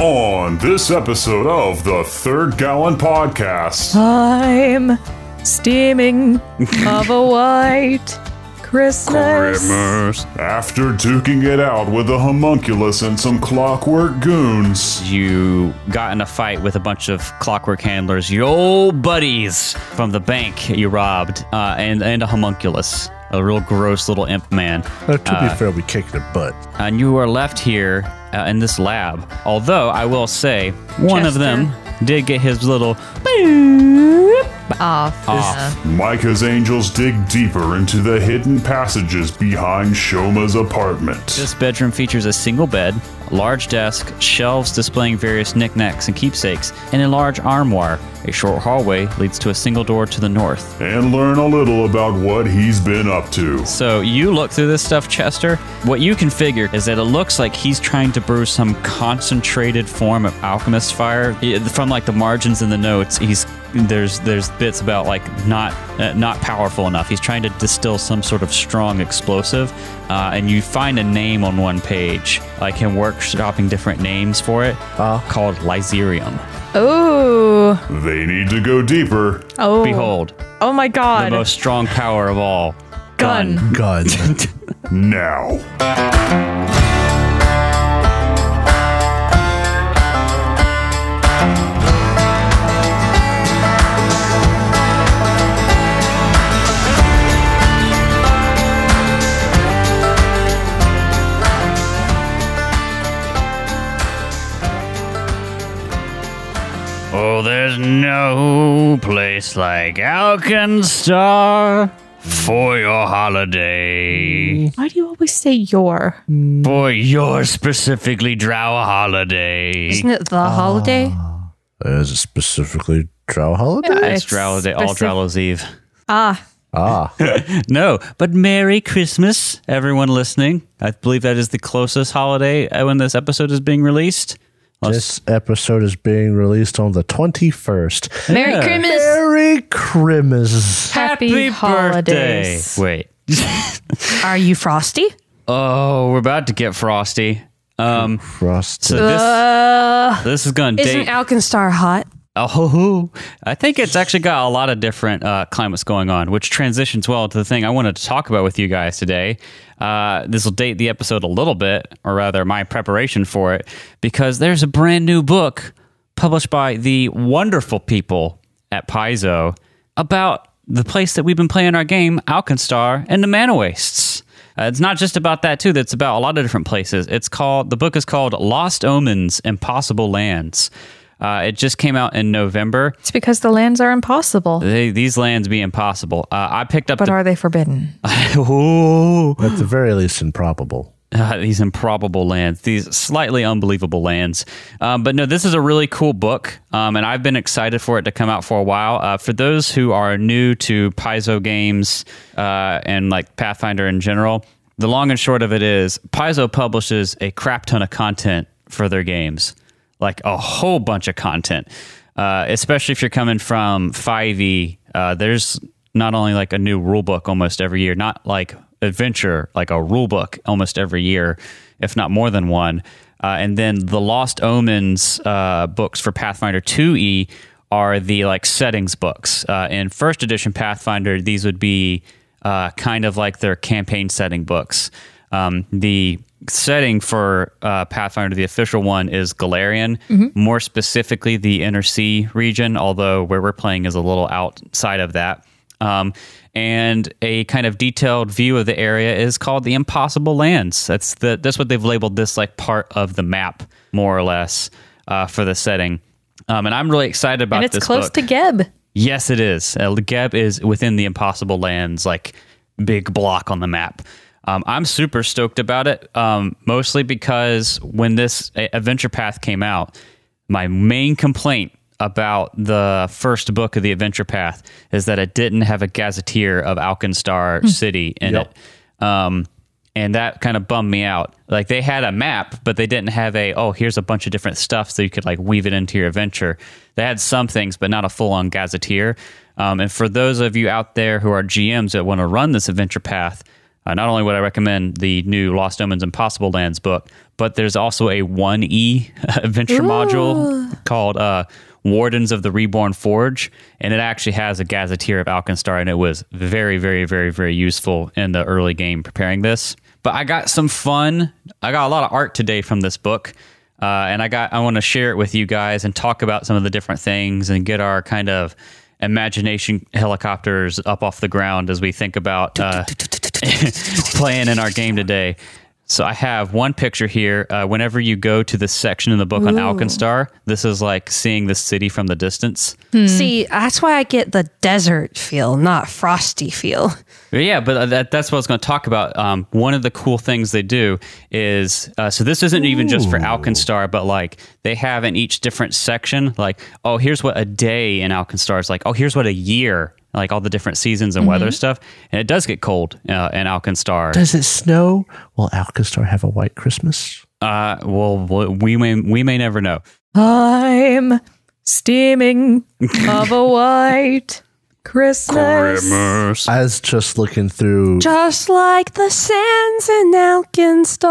on this episode of the Third Gallon Podcast. I'm steaming of a white Christmas. After duking it out with a homunculus and some clockwork goons, You got in a fight with a bunch of clockwork handlers, your old buddies from the bank you robbed, uh, and, and a homunculus, a real gross little imp man. Uh, to be fair, we kicked their butt. And you are left here uh, in this lab. Although, I will say, one of them did get his little Off. Micah's angels dig deeper into the hidden passages behind Shoma's apartment. This bedroom features a single bed, a large desk, shelves displaying various knickknacks and keepsakes, and a large armoire. A short hallway leads to a single door to the north. and learn a little about what he's been up to. So you look through this stuff, Chester. What you can figure is that it looks like he's trying to brew some concentrated form of alchemist fire. I- From like the margins in the notes, he's there's there's bits about like not uh, not powerful enough. He's trying to distill some sort of strong explosive, uh, and you find a name on one page, like him workshopping different names for it, called Lyserium. Oh. They need to go deeper. Oh. Behold, Oh my the God. most strong power of all, Gun. God. Now, Oh, there's no place like Alkenstar for your holiday. Why do you always say your? For your specifically drow holiday. Isn't it the holiday? Is it specifically Drow Holiday? It's drow day, all Drowlow's Eve. Ah, Ah, No, but Merry Christmas, everyone listening. I believe that is the closest holiday uh, when this episode is being released. this episode is being released on the 21st. Merry Yeah. Christmas. Merry Christmas. happy, holidays. Wait. Are you frosty? oh, we're about to get frosty. Um, Frost. so this Uh, this is gonna isn't date. Alkenstar hot? Oh, hoo, hoo. I think it's actually got a lot of different uh, climates going on, which transitions well to the thing I wanted to talk about with you guys today. Uh, this will date the episode a little bit, or rather, my preparation for it, because there's a brand new book published by the wonderful people at Paizo about the place that we've been playing our game, Alkenstar, and the Mana Wastes. Uh, it's not just about that too. That's about a lot of different places. It's called the book is called Lost Omens: Impossible Lands. Uh, it just came out in November. It's because the lands are impossible. They, these lands be impossible. Uh, I picked up But the. are they forbidden? Ooh. At the very least, improbable. Uh, these improbable lands, these slightly unbelievable lands. Um, but no, this is a really cool book, um, and I've been excited for it to come out for a while. Uh, for those who are new to Paizo games uh, and like Pathfinder in general, the long and short of it is Paizo publishes a crap ton of content for their games, like a whole bunch of content. Uh, especially if you're coming from 5e, uh, there's not only like a new rule book almost every year, not like adventure, like a rule book almost every year, if not more than one. Uh, and then the Lost Omens uh, books for Pathfinder E 2e are the like settings books. Uh, in first edition Pathfinder, these would be uh, kind of like their campaign setting books. Um, the setting for uh, Pathfinder, the official one, is Galarian, more specifically the Inner Sea region, although where we're playing is a little outside of that. Um, and a kind of detailed view of the area is called the Impossible Lands. That's the that's what they've labeled this like part of the map, more or less, uh, for the setting. Um, and I'm really excited about And it's this close book. to Geb. Yes, it is. Uh, Geb is within the Impossible Lands, like big block on the map. Um, I'm super stoked about it, um, mostly because when this uh, Adventure Path came out, my main complaint about the first book of the Adventure Path is that it didn't have a gazetteer of Alkenstar Hmm. City in it. Um, and that kind of bummed me out. Like they had a map, but they didn't have a oh here's a bunch of different stuff so you could like weave it into your adventure. They had some things, but not a full on gazetteer. Um, and for those of you out there who are GMs that want to run this adventure path, Uh, not only would I recommend the new Lost Omens Impossible Lands book, but there's also a 1E adventure module called uh, Wardens of the Reborn Forge, and it actually has a gazetteer of Alkenstar, and it was very, very, very, very useful in the early game preparing this. But I got some fun. I got a lot of art today from this book. Uh, and I got I want to share it with you guys and talk about some of the different things and get our kind of imagination helicopters up off the ground as we think about uh, playing in our game today. So I have one picture here. Uh, whenever you go to this section in the book on Alkenstar, this is like seeing the city from the distance. Hmm. See, that's why I get the desert feel, not frosty feel. Yeah, but uh, that, that's what I was going to talk about. Um, one of the cool things they do is uh, so this isn't even just for Alkenstar, but like they have in each different section, like, oh, here's what a day in Alkenstar is like. Oh, here's what a year, like all the different seasons and weather stuff. And it does get cold uh, in Alkenstar. Does it snow? Will Alcastar have a white Christmas? Uh, well, we may we may never know. I'm steaming of a white Christmas. Grimmers. I was just looking through. Just like the sands in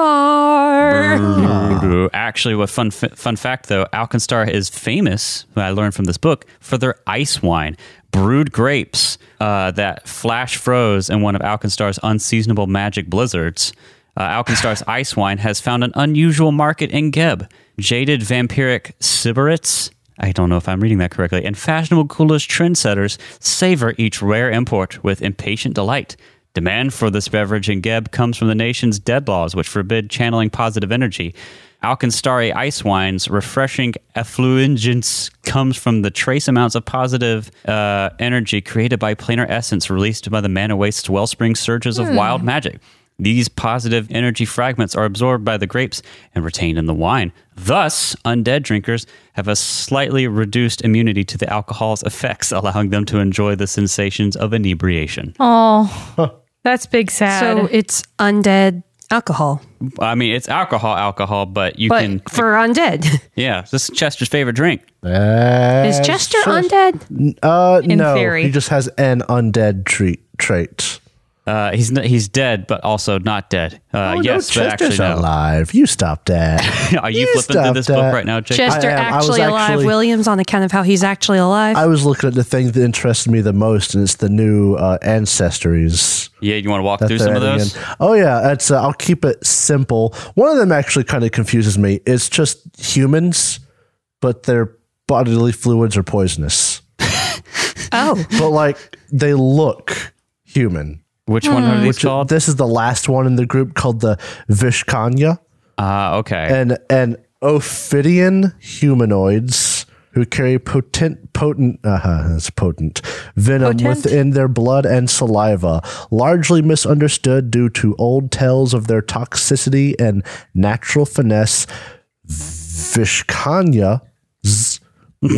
Alkenstar. Ooh, Actually, what fun f- fun fact though, Alkenstar is famous. what I learned from this book for their ice wine, brewed grapes uh, that flash froze in one of Alkenstar's unseasonable magic blizzards. Uh, Alkenstar's ice wine has found an unusual market in Geb. Jaded vampiric Sybarites. I don't know if I'm reading that correctly. And fashionable coolest trendsetters savor each rare import with impatient delight. Demand for this beverage in Geb comes from the nation's dead laws, which forbid channeling positive energy. Alkenstari ice wine's refreshing effulgence comes from the trace amounts of positive uh, energy created by planar essence released by the mana waste's wellspring surges of wild magic. These positive energy fragments are absorbed by the grapes and retained in the wine. Thus, undead drinkers have a slightly reduced immunity to the alcohol's effects, allowing them to enjoy the sensations of inebriation. Oh, that's big sad. So So it's undead alcohol. I mean, it's alcohol, alcohol, but you But can, for undead. yeah, this is Chester's favorite drink. Is Is Jester undead? Uh, In no, theory. he just has an undead treat trait. Uh, he's n- he's dead, but also not dead. Uh, Oh, yes, no, but actually Chester's no. alive. You stop that. Are you, You flipping through stop this that. book right now, Jake? Chester um, I am. I was actually alive. actually- Williams on account of how he's actually alive. I was looking at the thing that interested me the most, and it's the new uh, ancestries. yeah, you want to walk through they're some of adding those? in. Oh yeah, it's. Uh, I'll keep it simple. One of them actually kind of confuses me. It's just humans, but their bodily fluids are poisonous. oh, But like they look human. Which one Mm. are these called? This is the last one in the group called the Vishkanya Ah, okay. and and ophidian humanoids who carry potent potent uh, that's potent venom within their blood and saliva largely misunderstood due to old tales of their toxicity and natural finesse vishkanya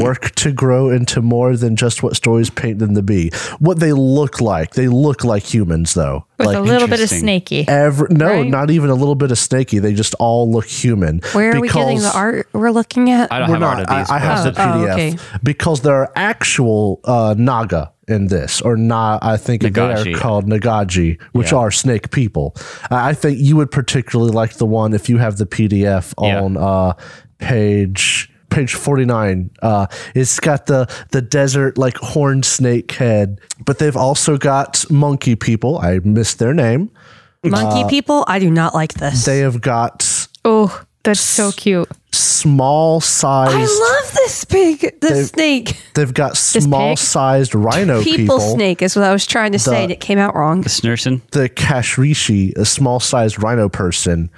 work to grow into more than just what stories paint them to be what they look like they look like humans though with like a little bit of interesting. snaky. Every, no, Right? not even a little bit of snaky. They just all look human. where are we getting the Because- art we're looking at? I don't We're have not. art of these. I, I have Oh, the PDF oh, okay. because there are actual uh, Naga in this, or Na. I think they are Nagaji. called Nagaji, which are snake people. I I think you would particularly like the one if you have the PDF Yeah. on uh, page page 49 uh it's got the the desert like horned snake head but they've also got monkey people i missed their name Monkey people? I do not like this. uh, they have got oh, that's so cute. small sized I love this pig, the snake. they've got small sized rhino People, people, snake is what I was trying to say, and it came out wrong. Snursen. the kashrishi a small sized rhino person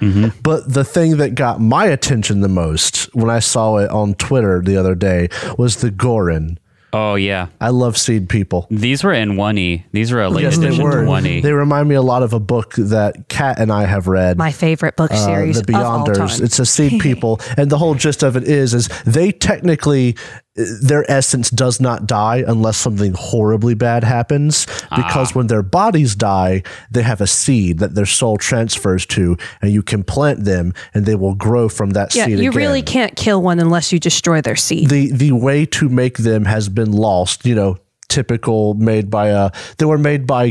but the thing that got my attention the most when i saw it on twitter the other day was the gorin Oh yeah, i love seed people these were in one e. These were a late they edition to one e. they remind me a lot of a book that kat and i have read My favorite book uh, series the of all Beyonders. time. It's a seed people, and the whole gist of it is, is they technically uh, their essence does not die unless something horribly bad happens. Because when their bodies die, they have a seed that their soul transfers to, and you can plant them, and they will grow from that yeah, seed. you again. really can't kill one unless you destroy their seed. the the way to make them has been lost. You know, typical uh, made by a they were made by.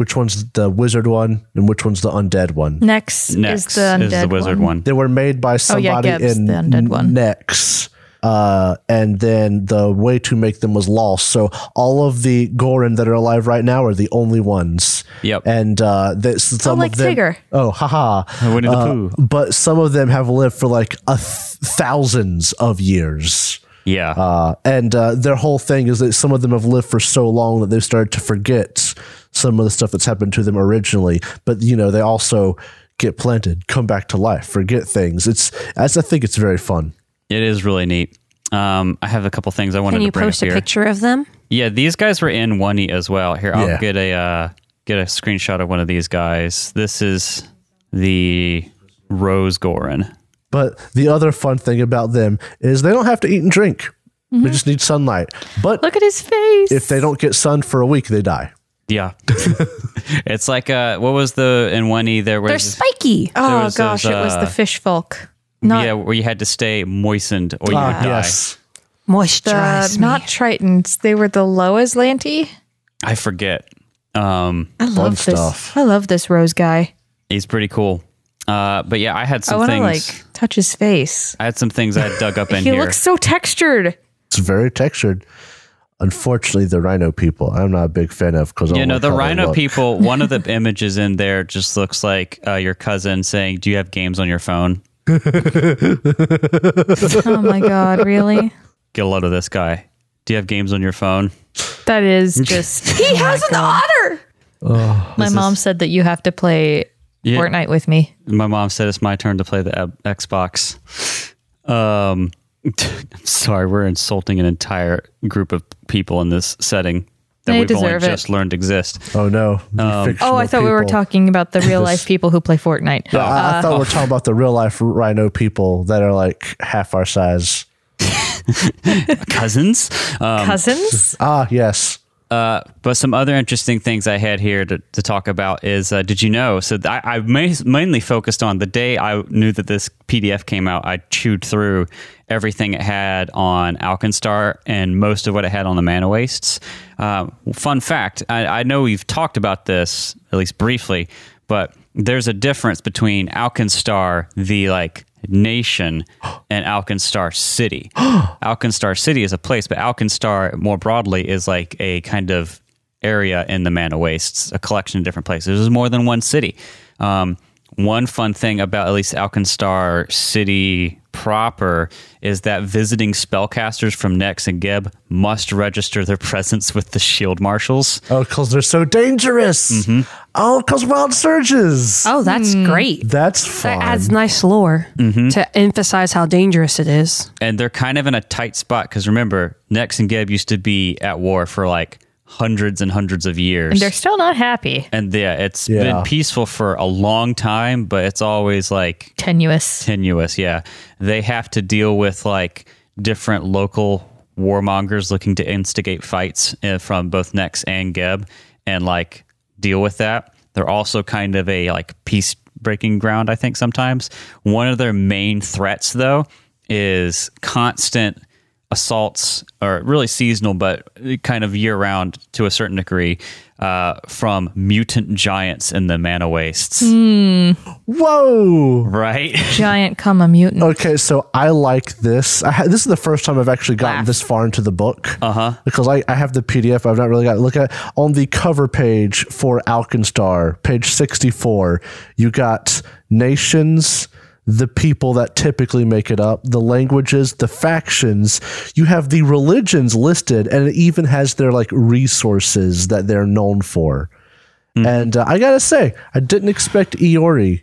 which one's the wizard one and which one's the undead one. Next, Next is the undead wizard one. one. They were made by Oh, yeah, somebody Gibbs, in the undead one. Nex. Uh, and then the way to make them was lost. So all of the Goron that are alive right now are the only ones. Yep. And uh, this, some like of them. Tigger. Oh, haha. Winnie the Pooh. But some of them have lived for like a th- thousands of years. Yeah. Uh, and uh, their whole thing is that some of them have lived for so long that they've started to forget some of the stuff that's happened to them originally. But you know, they also get planted, come back to life, forget things. It's as I think it's very fun. it is really neat. Um, I have a couple things I wanted Can to you bring post up a here. picture of them? Yeah, these guys were in one e as well. Here, I'll Yeah. get a uh, get a screenshot of one of these guys. This is the Rose Gorin. But the other fun thing about them is they don't have to eat and drink. They just need sunlight. But Mm-hmm. Look at his face. if they don't get sun for a week, they die. Yeah, it's like uh, what was the in one e there was They're spiky. oh was gosh, those, it was uh, the fish folk. Not yeah where you had to stay moistened or you would die. Ah, Yes. Moisturize the me. not tritons. They were the low Aslanti. I forget. Um, I love this. stuff. I love this rose guy. he's pretty cool. Uh, but yeah, I had I some want to things. like touch his face. I had some things I dug up in he here. looks so textured. It's very textured. Unfortunately, the rhino people, I'm not a big fan of because you know, the rhino people. One of the images in there just looks like uh, your cousin saying, "Do you have games on your phone?" Oh my god, really? get a load of this guy. Do you have games on your phone? That is just. he has an otter. my mom said that you have to play Yeah. Fortnite with me. My mom said it's my turn to play the ab- Xbox. Um, I'm sorry, we're insulting an entire group of people in this setting that They we've only deserve it. just learned exist. Oh no. the Oh, Um, fictional I thought we were people. talking about the real life people who play Fortnite. I, I thought we were talking about the real life rhino people that are like half our size. Cousins. Um, Cousins? Ah, yes. but some other interesting things I had here to, to talk about is uh, did you know? So th- I, I ma- mainly focused on the day I knew that this PDF came out. I chewed through everything it had on Alkenstar and most of what it had on the Mana Wastes. Uh, fun fact I, I know we've talked about this, at least briefly, but there's a difference between Alkenstar, the like nation, and Alkenstar City. Alkenstar City is a place, but Alkenstar more broadly is like a kind of area in the Mana Wastes, a collection of different places. There's more than one city. Um, one fun thing about at least Alkenstar City proper is that visiting spellcasters from Nex and Geb must register their presence with the shield marshals. Oh, because they're so dangerous. Oh, because wild surges. Oh, that's great. That's fun. That adds nice lore Mm-hmm. to emphasize how dangerous it is. and they're kind of in a tight spot because remember, Nex and Geb used to be at war for like hundreds and hundreds of years. And they're still not happy. And yeah, it's Yeah. been peaceful for a long time, but it's always like Tenuous. tenuous. Yeah. They have to deal with like different local warmongers looking to instigate fights uh, from both Nex and Geb and like deal with that. They're also kind of a like peace breaking ground, I think, sometimes. One of their main threats, though, is constant assaults or really seasonal but kind of year round to a certain degree uh, from mutant giants in the mana wastes Whoa. right Giant, comma, mutant. Okay, so I like this. I ha- this is the first time I've actually gotten this far into the book. Uh huh. Because I, I have the PDF. I've not really got to look at it. on the cover page for Alkenstar, page sixty four. You got nations, the people that typically make it up, the languages, the factions. You have the religions listed, and it even has their like resources that they're known for. And uh, I gotta say, I didn't expect Iori.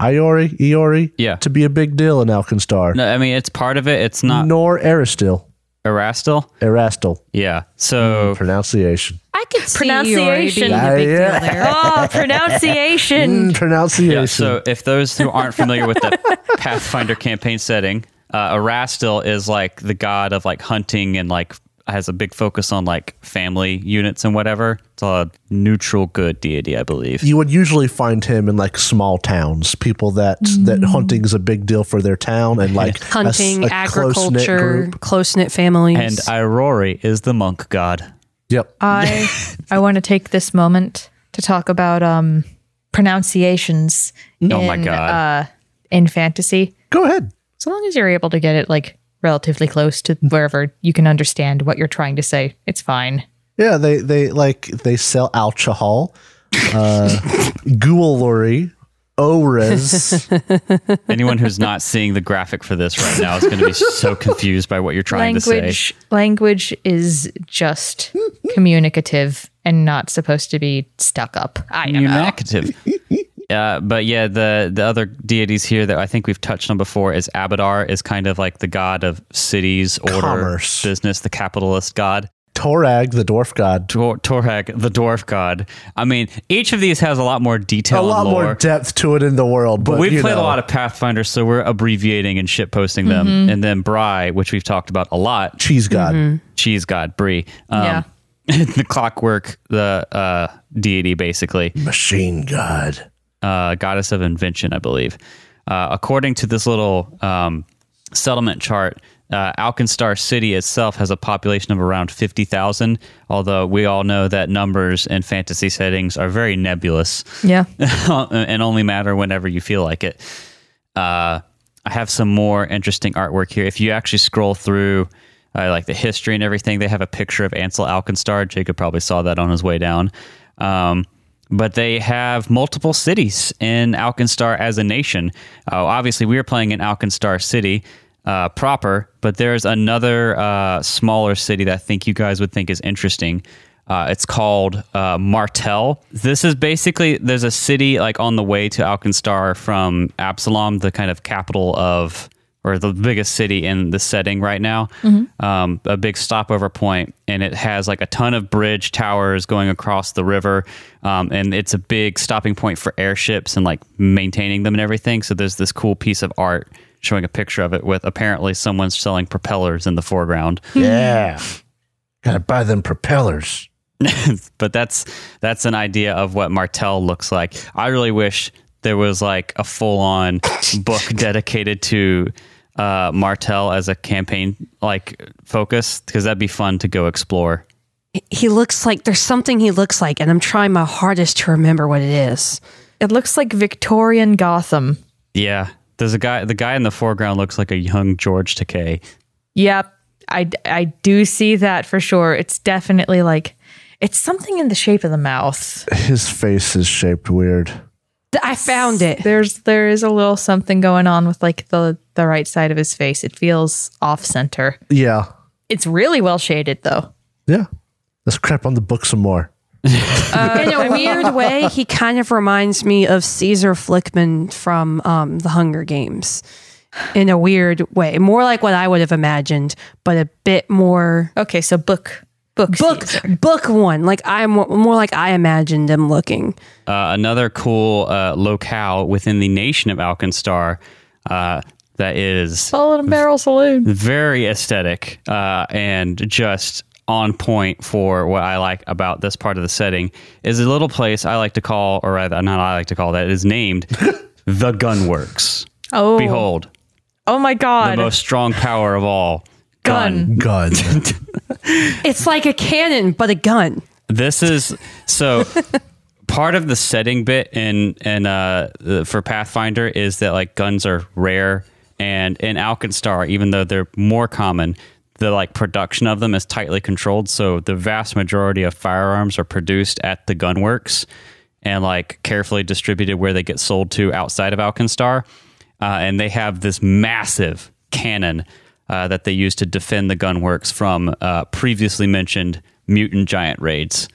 Iori, Iori, Yeah. to be a big deal in Alkenstar. No, uh, I mean it's part of it. It's not Nor Aristil. Erastil. Erastil. Yeah. So Pronunciation. I could see Pronunciation. pronunciation. Yeah, a big yeah. deal there. Oh, pronunciation. Pronunciation. Mm-hmm. yeah. Mm, So if those who aren't familiar with the Pathfinder campaign setting, uh, Erastil is like the god of like hunting and like has a big focus on like family units and whatever. It's a neutral good deity, I believe. you would usually find him in like small towns, people that that hunting is a big deal for their town and like a s- Mm. Hunting, a close-knit agriculture, group. close knit families. And Irori is the monk god. Yep. Uh, I, I want to take this moment to talk about um, pronunciations Oh in, my God. Uh, in fantasy. Go ahead. So long as you're able to get it like relatively close to wherever you can understand what you're trying to say, it's fine. Yeah, they they like they sell alcohol, uh, Guillory, Ores. Anyone who's not seeing the graphic for this right now is going to be so confused by what you're trying to say. language language is just communicative and not supposed to be stuck up. I don't know. Communicative. Uh, but yeah, the the other deities here that I think we've touched on before is Abadar is kind of like the god of cities, order, Commerce. business, the capitalist god. Torag, the dwarf god. Tor- Torhak, the dwarf god. I mean, each of these has a lot more detail, A lot and lore. more depth to it in the world, but, Oh, But we've you played know, a lot of Pathfinder, so we're abbreviating and shit posting them. And then Bry, which we've talked about a lot, cheese god. Mm-hmm. Cheese God Brie, um, Yeah. the clockwork, the uh, deity, basically, Machine god. uh, goddess of invention, I believe. Uh, according to this little um, settlement chart, uh, Alkenstar City itself has a population of around 50,000, although we all know that numbers in fantasy settings are very nebulous Yeah. and only matter whenever you feel like it. Uh, I have some more interesting artwork here. If you actually scroll through, uh, like the history and everything, they have a picture of Ansel Alkenstar. Jacob probably saw that on his way down. Um, but they have multiple cities in Alkenstar as a nation. Uh, obviously, we are playing in Alkenstar City uh, proper, but there's another uh, smaller city that I think you guys would think is interesting. Uh, it's called uh, Martel. This is basically there's a city like on the way to Alkenstar from Absalom, the kind of capital of or the biggest city in the setting right now. Um, a big stopover point, and it has like a ton of bridge towers going across the river, um, and it's a big stopping point for airships and like maintaining them and everything. So there's this cool piece of art showing a picture of it with apparently someone's selling propellers in the foreground. Yeah. Gotta buy them propellers. but that's that's an idea of what Martel looks like. I really wish there was like a full on book dedicated to uh, Martel as a campaign like focus because that'd be fun to go explore. He looks like there's something he looks like, and I'm trying my hardest to remember what it is. It looks like Victorian Gotham. Yeah, there's a guy. The guy in the foreground looks like a young George Takei. Yep. I, I do see that for sure. It's definitely like, it's something in the shape of the mouth. His face is shaped weird. Th- I found it. There's, there is a little something going on with like the, the right side of his face. It feels off center. Yeah. It's really well shaded though. Yeah. Let's crap on the book some more. In a weird way, he kind of reminds me of Caesar Flickman from um, The Hunger Games. In a weird way, more like what I would have imagined, but a bit more Okay. So book, book, book Caesar. book one. Like I'm more like I imagined him looking. Uh, another cool uh, locale within the nation of Alkenstar uh, that is Bullet and Barrel Saloon. very aesthetic uh, and just on point for what I like about this part of the setting is a little place I like to call, or rather, not I like to call that, it is named the Gunworks. Oh, Behold, oh my the God. most strong power of all. gun. God. It's like a cannon, but a gun. This is so part of the setting bit in and uh the- for Pathfinder is that like guns are rare and in Alkenstar even though they're more common the like production of them is tightly controlled so the vast majority of firearms are produced at the gunworks and like carefully distributed where they get sold to outside of Alkenstar uh, and they have this massive cannon uh, that they use to defend the gunworks from uh, previously mentioned mutant giant raids,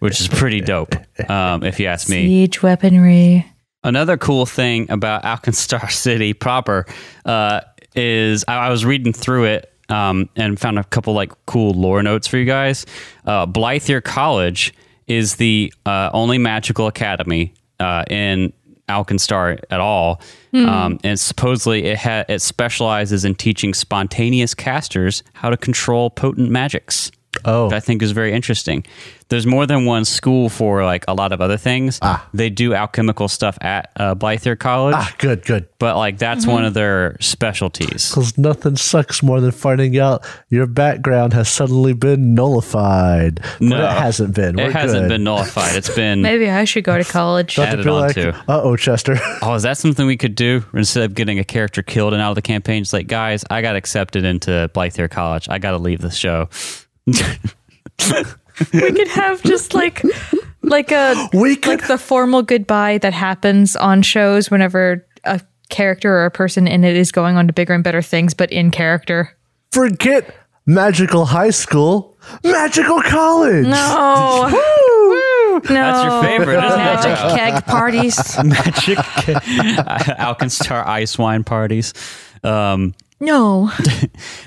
which is pretty dope, um, if you ask me. Siege weaponry. Another cool thing about Alkenstar City proper uh, is I, I was reading through it um, and found a couple like cool lore notes for you guys. Uh, Blythier College is the uh, only magical academy uh, in Alkenstar at all, um, and supposedly it ha- it specializes in teaching spontaneous casters how to control potent magics. Oh. that I think is very interesting. There's more than one school for like a lot of other things. They do alchemical stuff at uh, Blyther College, Ah, good, good. but like that's one of their specialties. Because nothing sucks more than finding out your background has suddenly been nullified. No. but it hasn't been. It We're hasn't good. been nullified. It's been Maybe I should go to college. added Be on like, to. uh oh, Chester. Oh, is that something we could do instead of getting a character killed and out of the campaign? It's like, guys, I got accepted into Blyther College. I got to leave the show. we could have just like like a We could- like the formal goodbye that happens on shows whenever a character or a person in it is going on to bigger and better things but in character Forget magical high school, magical college. oh no That's your favorite, isn't it? Magic keg parties. Magic Alkenstar ice wine parties. Um, no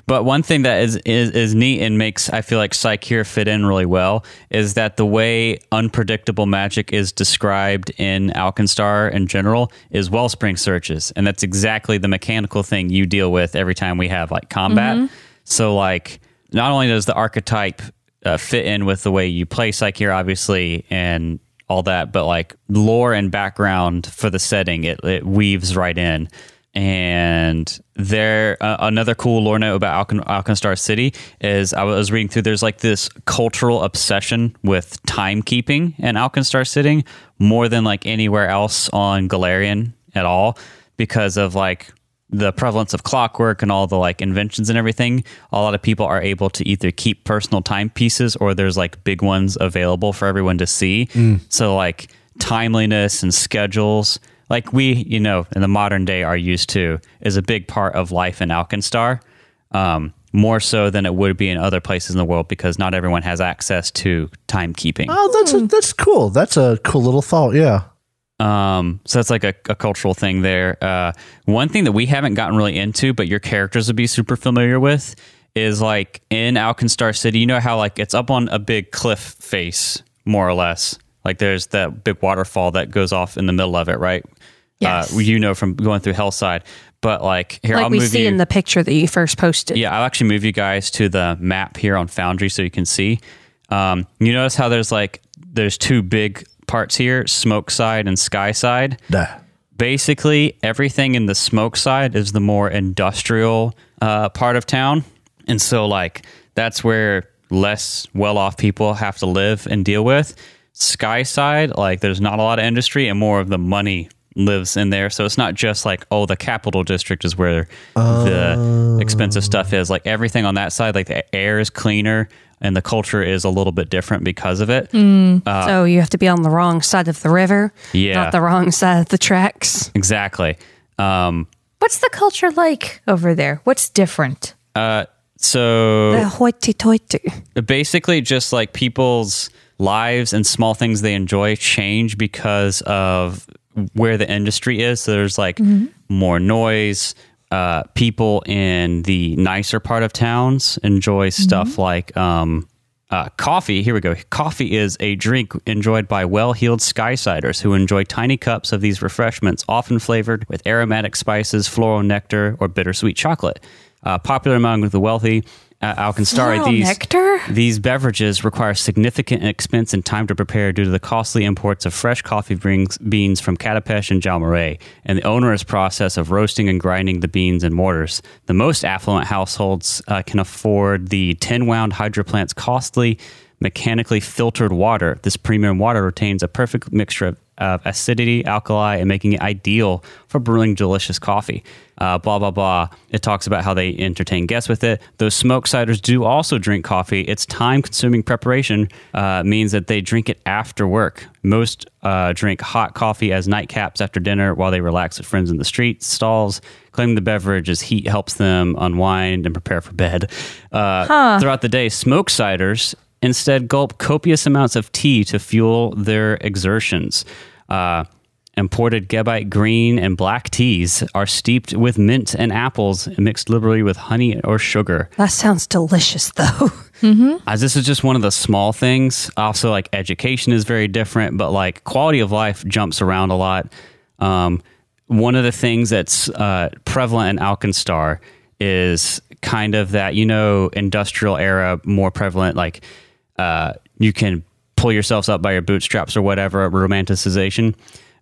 But one thing that is, is is neat and makes I feel like Psycure fit in really well is that the way unpredictable magic is described in Alkenstar in general is wellspring searches, and that's exactly the mechanical thing you deal with every time we have like combat. So like, not only does the archetype uh, fit in with the way you play Psycure, obviously, and all that, but like lore and background for the setting, it, it weaves right in. And there, uh, another cool lore note about Alken, Alkenstar City is I was reading through. There's like this cultural obsession with timekeeping in Alkenstar City more than like anywhere else on Galarian at all, because of like the prevalence of clockwork and all the like inventions and everything, a lot of people are able to either keep personal timepieces or there's like big ones available for everyone to see. So like timeliness and schedules, like we, you know, in the modern day are used to, is a big part of life in Alkenstar. Um, more so than it would be in other places in the world because not everyone has access to timekeeping. Oh, that's a, that's cool. That's a cool little thought. Yeah. Um, so that's like a, a cultural thing there. Uh, one thing that we haven't gotten really into, but your characters would be super familiar with, is like in Alkenstar City. You know how like it's up on a big cliff face, more or less. Like there's that big waterfall that goes off in the middle of it, right? Yes. Uh, you know from going through Hellside, but like here I'll like we move see you. in the picture that you first posted. Yeah, I'll actually move you guys to the map here on Foundry so you can see. Um, you notice how there's like there's two big parts here, smoke side and sky side Nah. basically everything in the smoke side is the more industrial uh, part of town and so like that's where less well-off people have to live and deal with sky side like there's not a lot of industry and more of the money lives in there so it's not just like oh the capital district is where the expensive stuff is like everything on that side like the air is cleaner and the culture is a little bit different because of it so you have to be on the wrong side of the river, Yeah. not the wrong side of the tracks. exactly um what's the culture like over there what's different uh, so The hoity-toity. basically just like people's lives and small things they enjoy change because of where the industry is. So there's like Mm-hmm. more noise. Uh, people in the nicer part of towns enjoy Mm-hmm. stuff like um, uh, coffee. Here we go. Coffee is a drink enjoyed by well heeled skysiders who enjoy tiny cups of these refreshments, often flavored with aromatic spices, floral nectar, or bittersweet chocolate. Uh, popular among the wealthy, uh, Alkenstar, Floral these nectar? these beverages require significant expense and time to prepare due to the costly imports of fresh coffee brings, beans from Catapesh and Jalmaray, and the onerous process of roasting and grinding the beans in mortars. The most affluent households uh, can afford the 10 wound hydroplant's costly, mechanically filtered water. This premium water retains a perfect mixture of of acidity, alkali, and making it ideal for brewing delicious coffee. Uh, blah, blah, blah. It talks about how they entertain guests with it. Though smoke ciders do also drink coffee, its time consuming preparation uh, means that they drink it after work. Most uh, drink hot coffee as nightcaps after dinner while they relax with friends in the street stalls, claiming the beverage as heat helps them unwind and prepare for bed. Uh, Throughout the day, smoke ciders instead gulp copious amounts of tea to fuel their exertions. Uh, imported Gebite green and black teas are steeped with mint and apples and mixed liberally with honey or sugar. That sounds delicious, though. Uh, this is just one of the small things. Also, like education is very different, but like quality of life jumps around a lot. Um, one of the things that's uh, prevalent in Alkenstar is kind of that you know industrial era more prevalent like uh, you can pull yourselves up by your bootstraps or whatever romanticization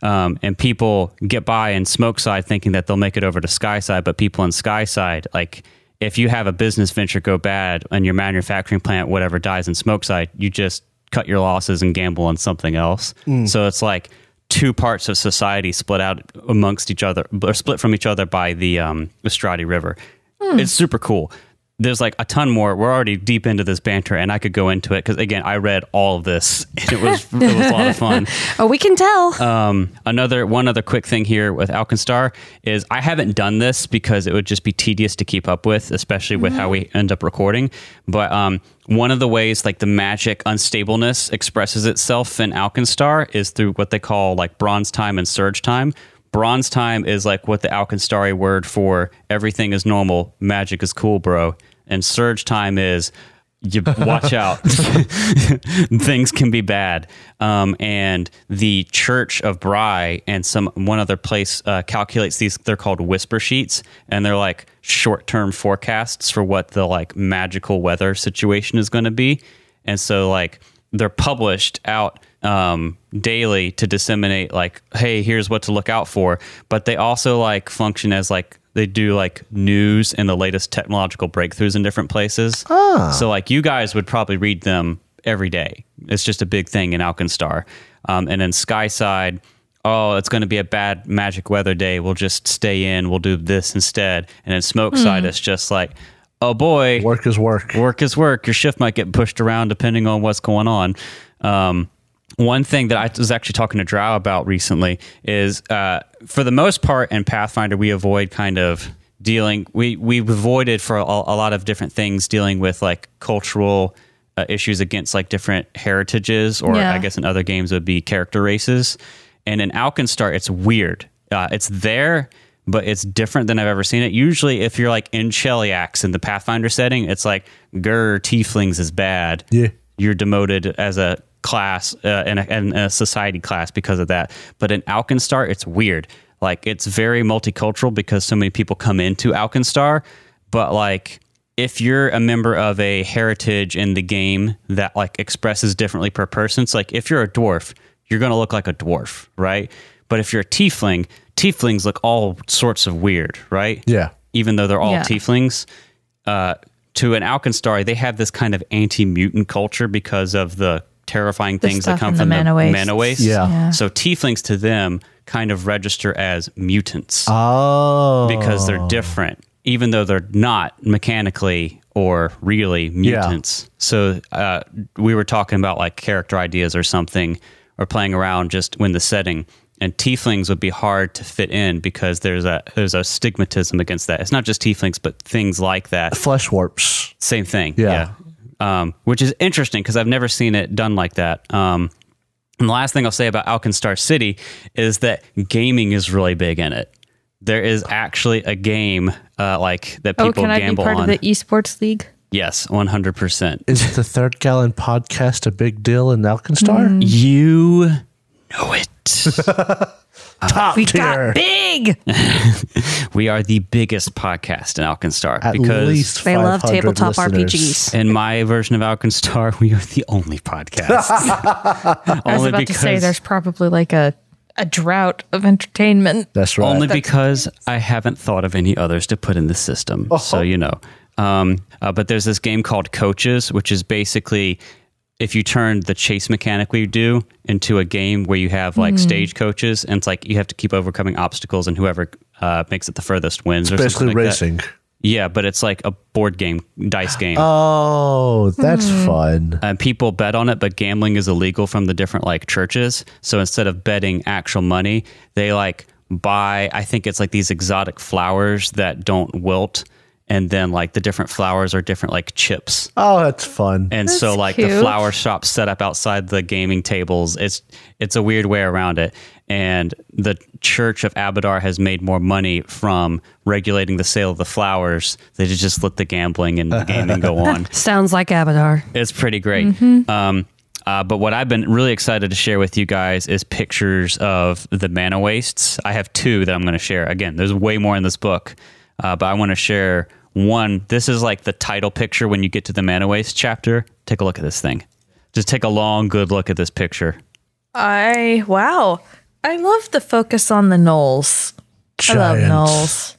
um, and people get by in smoke side thinking that they'll make it over to skyside but people in skyside like if you have a business venture go bad and your manufacturing plant whatever dies in smoke side you just cut your losses and gamble on something else so it's like two parts of society split out amongst each other or split from each other by the um, Estradi River. It's super cool. There's like a ton more. We're already deep into this banter, and I could go into it because again, I read all of this. And it was it was a lot of fun. Oh, we can tell. Um, another one other quick thing here with Alkenstar is I haven't done this because it would just be tedious to keep up with, especially with how we end up recording. But um, one of the ways like the magic unstableness expresses itself in Alkenstar is through what they call like bronze time and surge time. Bronze time is like what the Alkenstari word for everything is normal, magic is cool, bro. And surge time is you watch out things can be bad um, and the church of bry and some one other place uh, calculates these they're called whisper sheets and they're like short-term forecasts for what the like magical weather situation is going to be and so like they're published out um, daily to disseminate like hey here's what to look out for but they also like function as like they do like news and the latest technological breakthroughs in different places so like you guys would probably read them every day it's just a big thing in alkenstar um, and then skyside oh it's going to be a bad magic weather day we'll just stay in we'll do this instead and then smokeside it's just like oh boy Work is work. work is work. Your shift might get pushed around depending on what's going on. Um, one thing that I was actually talking to Drow about recently is, uh, for the most part, in Pathfinder, we avoid kind of dealing. We we avoided for a, a lot of different things dealing with like cultural uh, issues against like different heritages, or Yeah. I guess in other games it would be character races. And in Alkenstar, it's weird. Uh, it's there, but it's different than I've ever seen it. Usually, if you're like in Cheliax in the Pathfinder setting, it's like Gur Tieflings is bad. Yeah. You're demoted as a class uh, and, a, and a society class because of that. But in Alkenstar, it's weird. Like it's very multicultural because so many people come into Alkenstar. But like if you're a member of a heritage in the game that like expresses differently per person, it's like if you're a dwarf, you're going to look like a dwarf, right? But if you're a tiefling, tieflings look all sorts of weird, right? Yeah. Even though they're all Yeah. tieflings, uh, to an Alkenstar, they have this kind of anti mutant culture because of the terrifying things that stuff come in the from the Mana Wastes. Mana Wastes. Yeah. Yeah. So tieflings to them kind of register as mutants Oh. because they're different, even though they're not mechanically or really mutants. So uh, we were talking about like character ideas or something, or playing around just when the setting. And tieflings would be hard to fit in because there's a there's a stigmatism against that. It's not just tieflings, but things like that. flesh warps. Same thing. Yeah. Um, which is interesting because I've never seen it done like that. Um, and the last thing I'll say about Alkenstar City is that gaming is really big in it. There is actually a game uh, like that people oh, can I be gamble part on. of the esports league? yes, one hundred percent. Is the third gallon podcast a big deal in Mm, Alkenstar? You know it. Top we tier. got big. we are the biggest podcast in Alkenstar At because least They love 500 tabletop listeners. RPGs. in my version of Alkenstar, we are the only podcast. I was about to say there's probably like a, a drought of entertainment. That's right. Only because I haven't thought of any others to put in the system. Uh-huh. So, you know. Um, uh, but there's this game called Coaches, which is basically if you turn the chase mechanic we do into a game where you have like Hmm. stage coaches and it's like you have to keep overcoming obstacles and whoever uh, makes it the furthest wins or Basically something like that. racing. Yeah, but it's like a board game, dice game Oh, that's Hmm. fun. and Uh, people bet on it, but gambling is illegal from the different like churches. So instead of betting actual money, they like buy, I think it's like these exotic flowers that don't wilt. And then like the different flowers are different like chips. Oh, that's fun. And so That's like the cute. flower shops set up outside the gaming tables. It's it's a weird way around it. And the Church of Abadar has made more money from regulating the sale of the flowers. They just let the gambling and the gaming go on. Sounds like Abadar. It's pretty great. Um, uh, but what I've been really excited to share with you guys is pictures of the mana wastes. I have two that I'm going to share. Again, there's way more in this book, uh, but I want to share One, this is like the title picture when you get to the Mana Waste chapter. Take a look at this thing. Just take a long, good look at this picture. I wow. I love the focus on the knolls. I love Giants. knolls.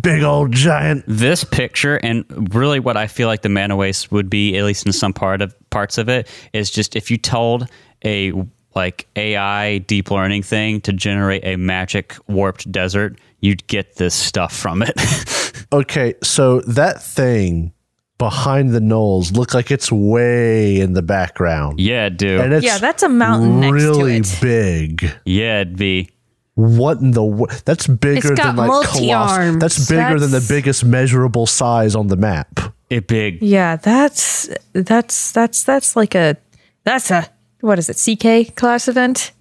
Big old giant. this picture and really what I feel like the mana waste would be, at least in some part of parts of it, is just if you told a like AI deep learning thing to generate a magic warped desert, you'd get this stuff from it. Okay, so that thing behind the knolls look like it's way in the background. yeah, dude. And it's Yeah, that's a mountain next to really it. big. yeah, it'd be. What in the wo- that's bigger got than like multi Colossus. arms. That's bigger than the That's- biggest measurable size on the map. It big. Yeah, that's that's that's that's like a that's a what is it? CK class event?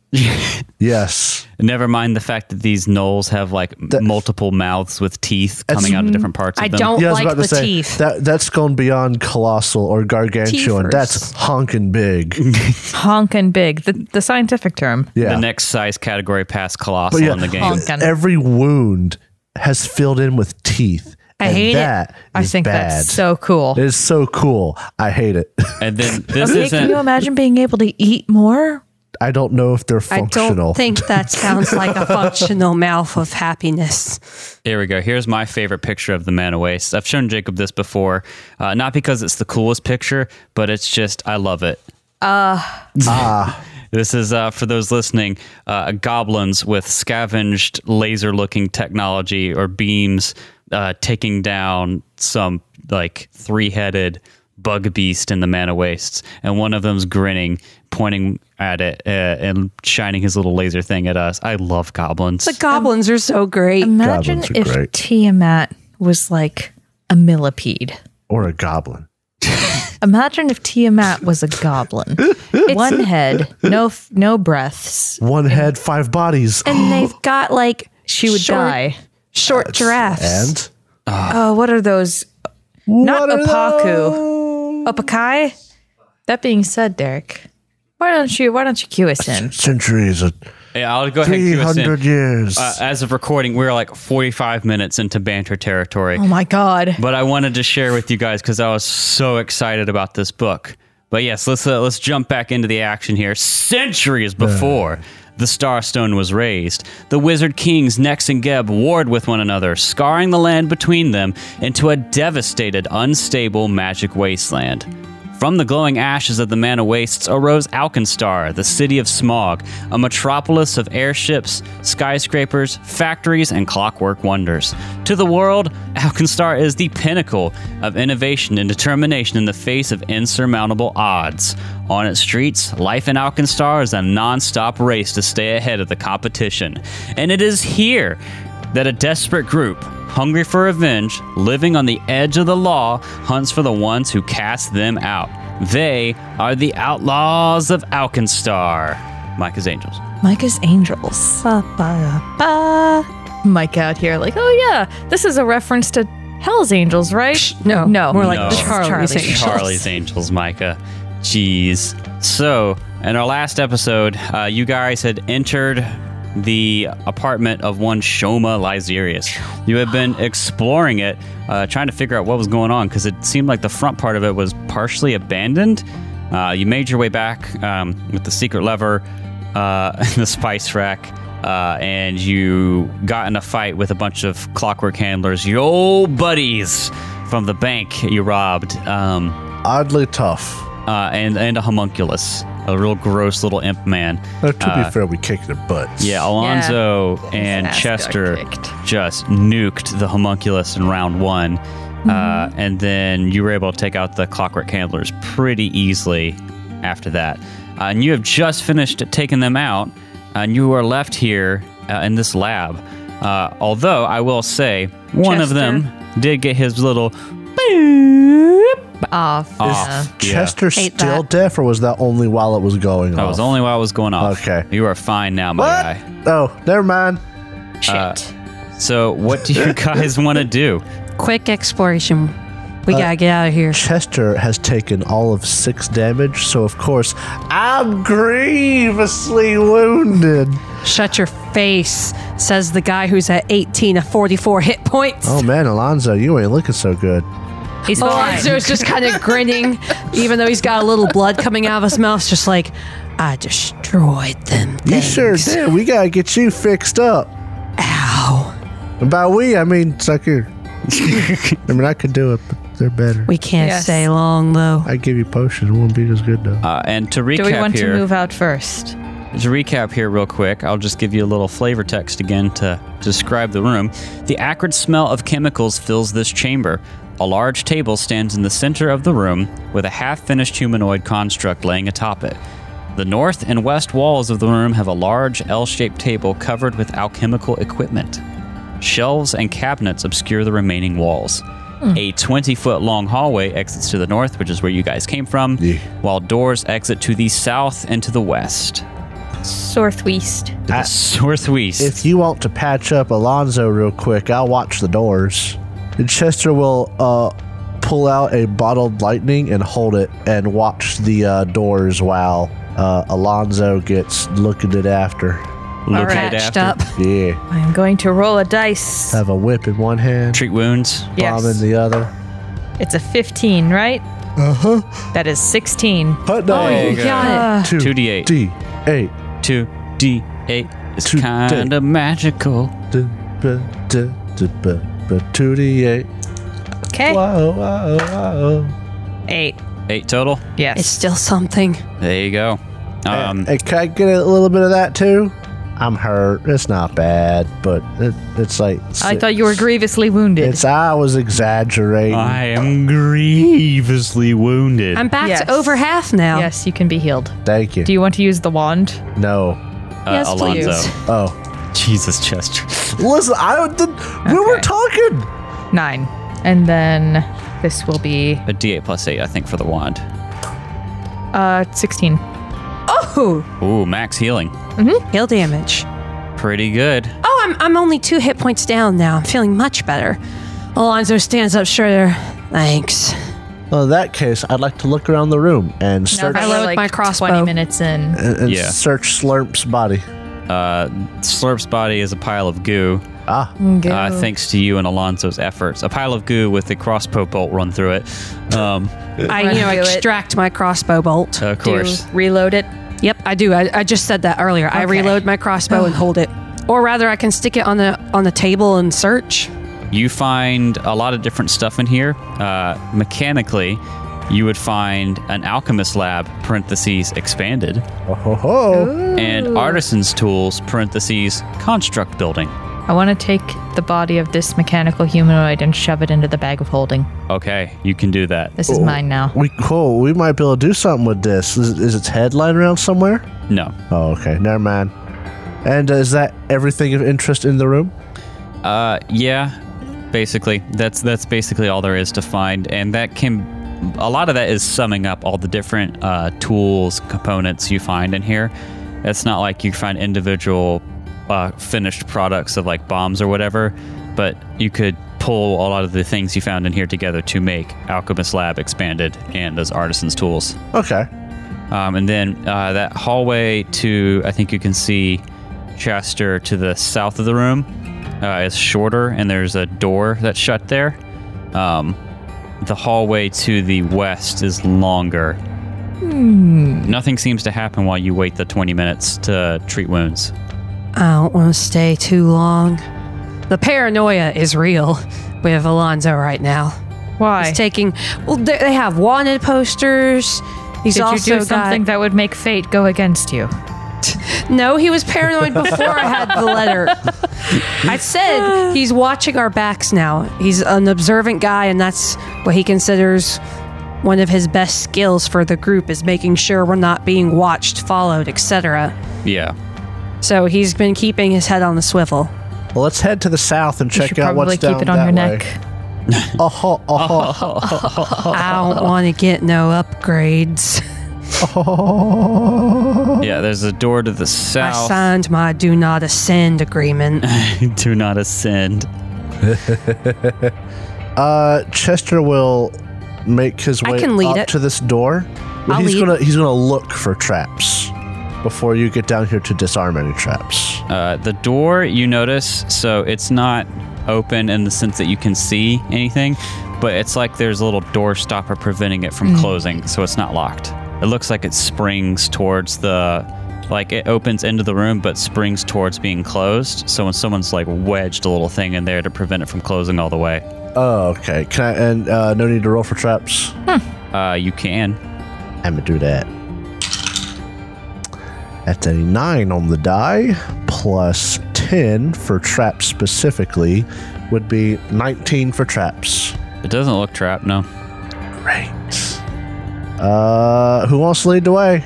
Yes. Never mind the fact that these gnolls have like m- multiple mouths with teeth coming out of different parts of I them. don't Yeah, I was like about the to say teeth. that that's gone beyond colossal or gargantuan. Teethers. That's honking big. Honkin' big. The the scientific term. Yeah. The next size category past colossal But yeah, in the game. Honkin'. Every wound has filled in with teeth. I and hate it. that I is think bad. that's so cool. It is so cool. I hate it. And then this Okay, isn't can you imagine being able to eat more? I don't know if they're I functional. don't think that sounds like a functional mouth of happiness. Here we go. Here's my favorite picture of the man of waste. I've shown Jacob this before, uh, not because it's the coolest picture, but it's just I love it. Ah. This is uh, for those listening. Uh, goblins with scavenged laser-looking technology or beams uh, taking down some like three-headed bug beast in the mana wastes, and one of them's grinning, pointing at it, uh, and shining his little laser thing at us. I love goblins. The goblins are so great. Imagine Goblins are if great. Tiamat was like a millipede. or a goblin. Imagine if Tiamat was a goblin. One head, no f- no breaths. One head, five bodies. And they've got like She would Short- die. short giraffes. And Oh, what are those? Not What are Opaku. Opakai? That being said, Derek, why don't you why don't you cue us in? centuries, of Yeah, I'll go ahead and three cue us in. hundred years. uh, as of recording, we're like 45 minutes into banter territory. Oh my god. But I wanted to share with you guys because I was so excited about this book. But yes, let's uh, let's jump back into the action here. Centuries before the Starstone was raised, the wizard kings Nex and Geb warred with one another, scarring the land between them into a devastated, unstable magic wasteland. From the glowing ashes of the Mana Wastes arose Alkenstar, the city of smog, a metropolis of airships, skyscrapers, factories, and clockwork wonders. To the world, Alkenstar is the pinnacle of innovation and determination in the face of insurmountable odds. On its streets, life in Alkenstar is a non stop race to stay ahead of the competition. And it is here that a desperate group, hungry for revenge, living on the edge of the law, hunts for the ones who cast them out. They are the outlaws of Alkenstar. Micah's Angels. Micah's angels. Ba, ba, ba. Mike out here, like, oh yeah, this is a reference to Hell's Angels, right? no, no, more like No. Charlie's Angels. Charlie's Angels, Micah. Jeez. So, in our last episode, uh, you guys had entered the apartment of one Shoma Lyserius. You had been exploring it, uh, trying to figure out what was going on because it seemed like the front part of it was partially abandoned. Uh, you made your way back um, with the secret lever uh, and the spice rack. Uh, and you got in a fight with a bunch of clockwork handlers, your old buddies from the bank you robbed. Um, Oddly tough. uh, and and a homunculus, a real gross little imp man. Now, to be fair, we kicked their butts. Uh, Yeah, Alonzo and His ass got Chester kicked. just nuked the homunculus in round one, uh, Mm-hmm. and then you were able to take out the clockwork handlers pretty easily after that. Uh, and you have just finished taking them out, and you are left here uh, in this lab. Uh, although I will say, one of Chester. them did get his little Off. off. Yeah. Chester Hate still that. deaf, or was that only while it was going That off? was only while I was going off. Oh. Okay. You are fine now, my What? guy. Oh, never mind. Shit. So, what do you guys want to do? Quick exploration. Uh, We gotta get out of here. Chester has taken all of six damage, so of course, I'm grievously wounded. Shut your face, says the guy who's at 18 of 44 hit points. Oh man, Alonzo, you ain't looking so good. He's fine. Alonzo's just kind of grinning, even though he's got a little blood coming out of his mouth. Just like, I destroyed them. You sure things." did. We gotta get you fixed up. Ow. And by we, I mean sucker. I mean I could do it, but they're better. We can't Yes. stay long, though. I give you potions, it won't be as good though. Uh, and to recap Do we want here, to move out first? To recap here, real quick, I'll just give you a little flavor text again to describe the room. The acrid smell of chemicals fills this chamber. A large table stands in the center of the room with a half finished humanoid construct laying atop it. The north and west walls of the room have a large L shaped table covered with alchemical equipment. Shelves and cabinets obscure the remaining walls. A 20 foot long hallway exits to the north, which is where you guys came from, while doors exit to the south and to the west. Southwest. To the northwest. If you want to patch up Alonzo real quick, I'll watch the doors. And Chester will uh, pull out a bottled lightning and hold it and watch the uh, doors while uh, Alonzo gets looked at after. Look right. at Patched after. up. Yeah. I'm going to roll a dice. Have a whip in one hand, Treat wounds. bomb in yes. the other. It's a 15, right? Uh Uh-huh. huh. That is 16. Hot dog. you uh, You got it. Two 2d8. D eight. 2d8 is Two D- kind of magical. Du- bu- du- du- bu- bu- Two D eight. Okay. Wow, wow, wow. Eight. Eight total. Yes. It's still something. There you go. Um, Hey, can I get a little bit of that too? I'm hurt. It's not bad, but it, it's like I thought you were grievously wounded. It's I was exaggerating. am grievously wounded. I'm back Yes. to over half now. yes, you can be healed. Thank you. Do you want to use the wand? no. uh, Yes, please. Alonzo. Oh, Jesus, Chester. listen. I did. We were Okay. talking. Nine. And then this will be A d8 plus 8, I think, for the wand. uh 16. Oh, Ooh, max healing. heal damage. Pretty good. Oh, I'm, I'm only two hit points down now. I'm feeling much better. Alonzo stands up straighter. Thanks. Well, in that case, I'd like to look around the room and search that I we're load my crossbow. 20 minutes in. and, and Yeah. search Slurp's body. Uh, Slurp's body is a pile of goo, Ah, Mm. uh, thanks to you and Alonzo's efforts. A pile of goo with a crossbow bolt run through it. Um, I, you know, Do it. extract my crossbow bolt. of course. reload it. Yep, I do. I, I just said that earlier. I Okay. reload my crossbow and hold it, or rather, I can stick it on the on the table and search. You find a lot of different stuff in here. Uh, mechanically, you would find an alchemist lab, parentheses, expanded, oh, ho, ho. and artisan's tools, parentheses, construct building. I want to take the body of this mechanical humanoid and shove it into the bag of holding. Okay, you can do that. This is Oh. mine now. we cool. We might be able to do something with this. Is, is its head lying around somewhere? No. Oh, okay. Never mind. And uh, is that everything of interest in the room? Uh, yeah, basically. That's that's basically all there is to find, and that can. A lot of that is summing up all the different uh, tools, components you find in here. It's not like you find individual uh, finished products of like bombs or whatever, but you could pull a lot of the things you found in here together to make Alchemist Lab expanded and those artisans tools. Okay. Um, and then uh, that hallway to, I think you can see Chester to the south of the room uh, is shorter, and there's a door that's shut there. Um, the hallway to the west is longer. Nothing seems to happen while you wait the 20 minutes to treat wounds. I don't want to stay too long. The paranoia is real with Alonzo right now. Why? He's taking. Well, they they have wanted posters. He's Did you also do something that would make fate go against you? Got, no, he was paranoid before I had the letter. I said he's watching our backs now. He's an observant guy, and that's what he considers one of his best skills for the group is making sure we're not being watched, followed, etc. Yeah. So he's been keeping his head on the swivel. Well, let's head to the south and You check should out probably what's down keep it on that your way. neck. Oh, ho, oh, ho. I don't want to get no upgrades. Uh-huh. Yeah, there's a door to the I south. signed my do not ascend agreement. Do not ascend. Uh, Chester will make his I way can lead up it. to this door. But I'll he's lead. gonna he's gonna look for traps before you get down here to disarm any traps. Uh, the door, you notice, so it's not open in the sense that you can see anything, but it's like there's a little door stopper preventing it from closing, so it's not locked. It looks like it springs towards the, like it opens into the room, but springs towards being closed. So when someone's like wedged a little thing in there to prevent it from closing all the way, Oh, okay. Can I and uh, no need to roll for traps? uh, you can. I'm gonna do that. That's a nine on the die, plus ten for traps specifically, would be nineteen for traps. It doesn't look trapped, no. Great. Uh, who wants to lead the way?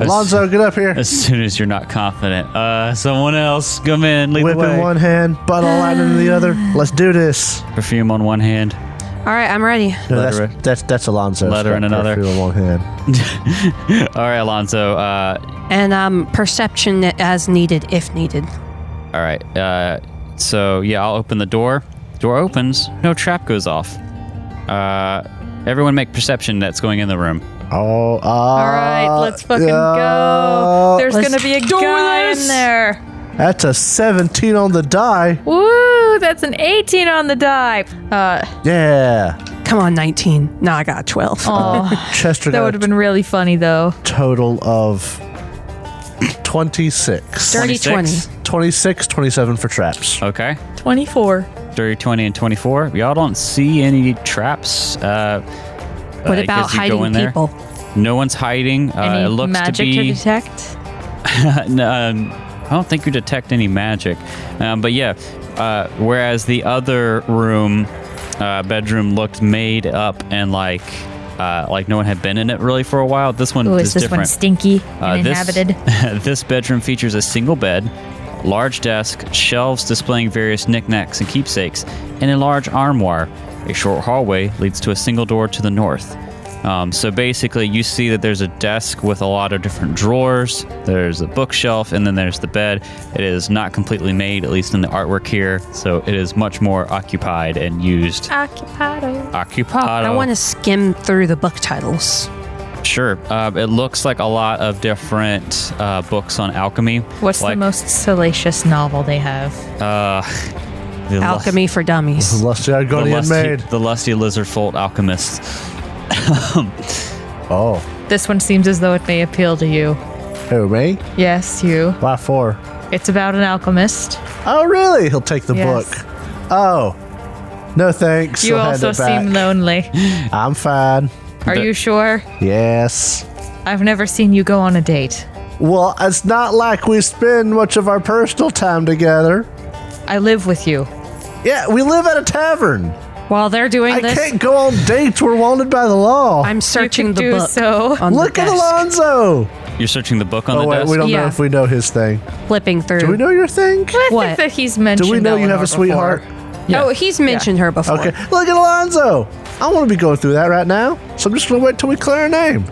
Alonzo, get up here. As soon as you're not confident, uh, someone else come in, lead Whip the way. in one hand, bottle of wine in the other. Let's do this. Perfume on one hand. All right, I'm ready. No, Letter that's, that's that's Alonzo. Letter in another. In one hand. All right, Alonzo. Uh, And um, perception as needed, if needed. All right. Uh, so yeah, I'll open the door. Door opens. No trap goes off. Uh, everyone make perception that's going in the room. Oh, uh, all All right, let's fucking go. There's Let's gonna be a do guy this. in there. That's a 17 on the die. Woo, that's an 18 on the die. Uh, Yeah. Come on, 19. No, I got a 12. oh, Chester that got would a have been really funny though. total of 26. Dirty 26. 20. 26, 27 for traps. Okay. 24. Dirty 20 and 24. Y'all don't see any traps. Uh, What about hiding people? No one's hiding. Uh, Any it looks magic to be. detect? no, um, I don't think you detect any magic. Um, but yeah, uh, whereas the other room, uh, bedroom looked made up and like uh, like no one had been in it really for a while. This one Ooh, is is this different. one stinky Uh, and this, inhabited? this bedroom features a single bed, large desk, shelves displaying various knickknacks and keepsakes, and a large armoire. A short hallway leads to a single door to the north. Um, so basically, you see that there's a desk with a lot of different drawers, there's a bookshelf, and then there's the bed. It is not completely made, at least in the artwork here, so it is much more occupied and used. Occupado. Occupado. Oh, I want to skim through the book titles. Sure. Uh, it looks like a lot of different uh, books on alchemy. What's Like, the most salacious novel they have? Uh, the lust- Alchemy for Dummies. Lusty the Argonian lusty, Maid. the lusty lizard fold alchemist. Oh. This one seems as though it may appeal to you. Who, me? Yes, you. Why for? It's about an alchemist. Oh, really? He'll take the Yes. book. Oh. No thanks. You He'll hand also it back. seem lonely. I'm fine. Are The- you sure? Yes. I've never seen you go on a date. Well, it's not like we spend much of our personal time together. I live with you. Yeah, we live at a tavern. While they're doing I this, can't go on dates. We're wanted by the law. I'm searching you the can do book. so. on the Look at desk, Alonzo. You're searching the book on Oh the wait, desk. we don't know Yeah. if we know his thing. Flipping through. Do we know your thing? I What? think that he's mentioned. Do we know you have Eleanor a sweetheart? before. Oh, he's mentioned her before. Okay. Look at Alonzo. I want to be going through that right now, so I'm just gonna wait till we clear her name.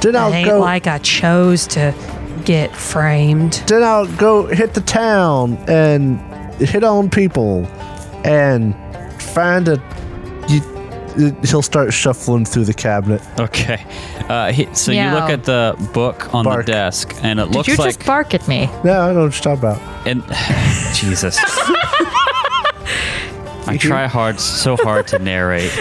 Then It I'll ain't go. like I chose to get framed. then I'll go hit the town and hit on people and find a. You, he'll start shuffling through the cabinet. Okay. Uh, he, so you Meow. look at the book on Bark. the desk, and it Did looks you like just bark at me? No, I don't know what you're talking about. and Jesus. I try hard, so hard to narrate.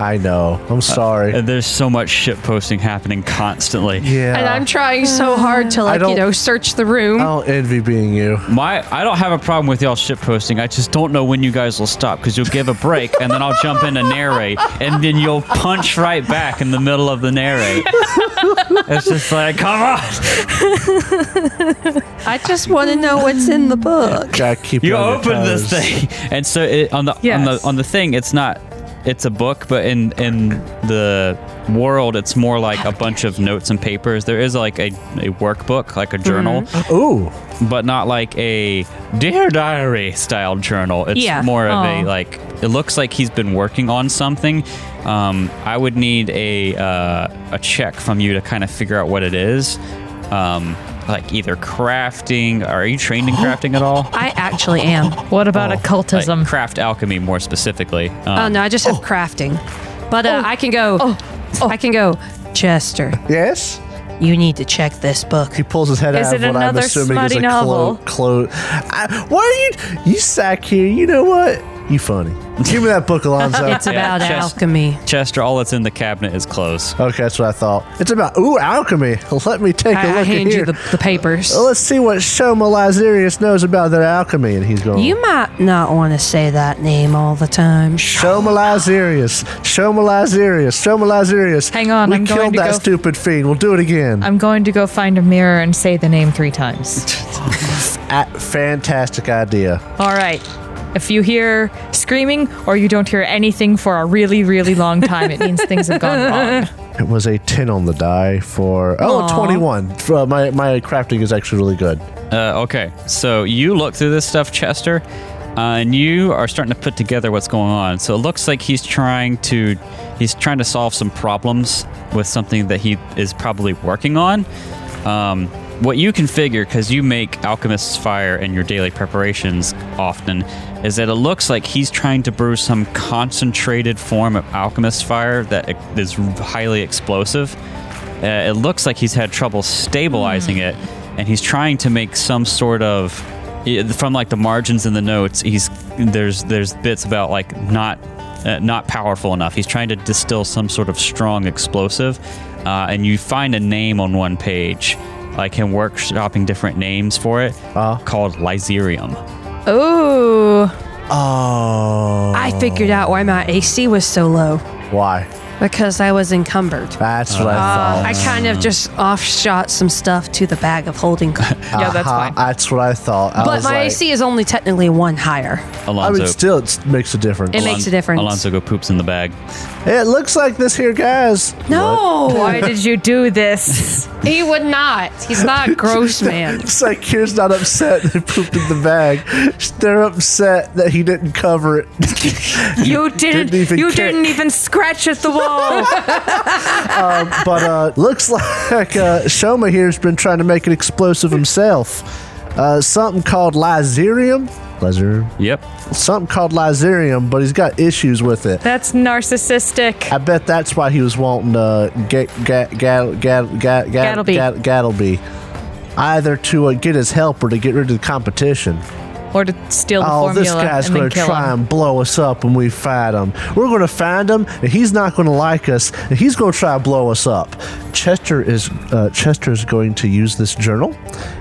I know. I'm sorry. And there's so much shit posting happening constantly. yeah. And I'm trying so hard to like you don't- Oh. know search the room. I don't envy being you. My, I don't have a problem with y'all shit posting. I just don't know when you guys will stop because you'll give a break and then I'll jump in and narrate and then you'll punch right back in the middle of the narrate. It's just like, come on! I just want to know what's in the book. Gotta keep You on your open this toes. thing, and so it, on the on Yes. the on the thing, it's not. It's a book, but in in the world, it's more like a bunch of notes and papers. There is like a, a workbook, like a journal, Ooh. but not like a dear diary style journal. It's Yeah. Oh. more of Aw. a like. It looks like he's been working on something. Um, I would need a uh, a check from you to kind of figure out what it is. Um, like either crafting? Are you trained in crafting at all? I actually am. What about Oh, Like occultism? craft alchemy more specifically. Um, Oh no, I just have crafting. But Oh. uh, I can go. I can go. Chester, Yes. you need to check this book. He pulls his head Is out it of what I'm another assuming is smutty a novel? clo- clo- I, What are you? You sack here. You know what? You funny. Give me that book, Alonzo. It's about Chester- alchemy. Chester, all that's in the cabinet is clothes. okay, that's what I thought. It's about ooh alchemy. Let me take a I, I look at hand you here. Oh. the, the papers. Let's see what Shoma Lazarius knows about their alchemy, and he's going. You might not want to say that name all the time. Shoma Lazarius. Shoma Lazarius. Shoma Lazarius. Hang on, we I'm killed going to that go- stupid fiend. We'll do it again. I'm going to go find a mirror and say the name three times. A- fantastic idea. All right. If you hear screaming or you don't hear anything for a really, really long time, it means things have gone wrong. It was a 10 on the die for. Oh, Aw. 21. For, uh, my, my crafting is actually really good. Uh, okay, so you look through this stuff, Chester, uh, and you are starting to put together what's going on. So it looks like he's trying to he's trying to solve some problems with something that he is probably working on. Um, what you can figure, because you make alchemist's fire in your daily preparations often, is that it looks like he's trying to brew some concentrated form of alchemist's fire that is highly explosive. Uh, it looks like he's had trouble stabilizing Hmm. it, and he's trying to make some sort of i- from like the margins in the notes. He's there's there's bits about like not uh, not powerful enough. He's trying to distill some sort of strong explosive, uh, and you find a name on one page, like him workshopping different names for it, Uh-huh. called Lyserium. Ooh. Oh. I figured out why my AC was so low Why? because I was encumbered. That's what I Uh, thought. I kind of just offshot some stuff to the bag of holding. but Yeah, that's Ha, fine. that's what I thought. I was my like, AC is only technically one higher. I Alonso. mean, still, it makes a difference. It It, makes- a difference. Alonso go poops in the bag. looks like this here, guys. No, Why did you do this? he would not. He's not gross man. It's like Kier's not upset they pooped in the bag. They're upset that he didn't cover it. You didn't, Didn't even you care. didn't even scratch at the wall. um, but uh, looks like uh, Shoma here's been trying to make it explosive himself. Uh, something called Lyserium. Lyserium. Yep. something called Lyserium, but he's got issues with it. That's narcissistic. I bet that's why he was wanting uh, get ga ga ga ga ga Gattleby. ga- Gattleby, either to uh, get his help or to get rid of the competition. Or to steal the Oh, formula this guy's and gonna then kill try him. and blow us up when we fight him. We're gonna find him, and he's not gonna like us, and he's gonna try and blow us up. Chester is uh, Chester is going to use this journal,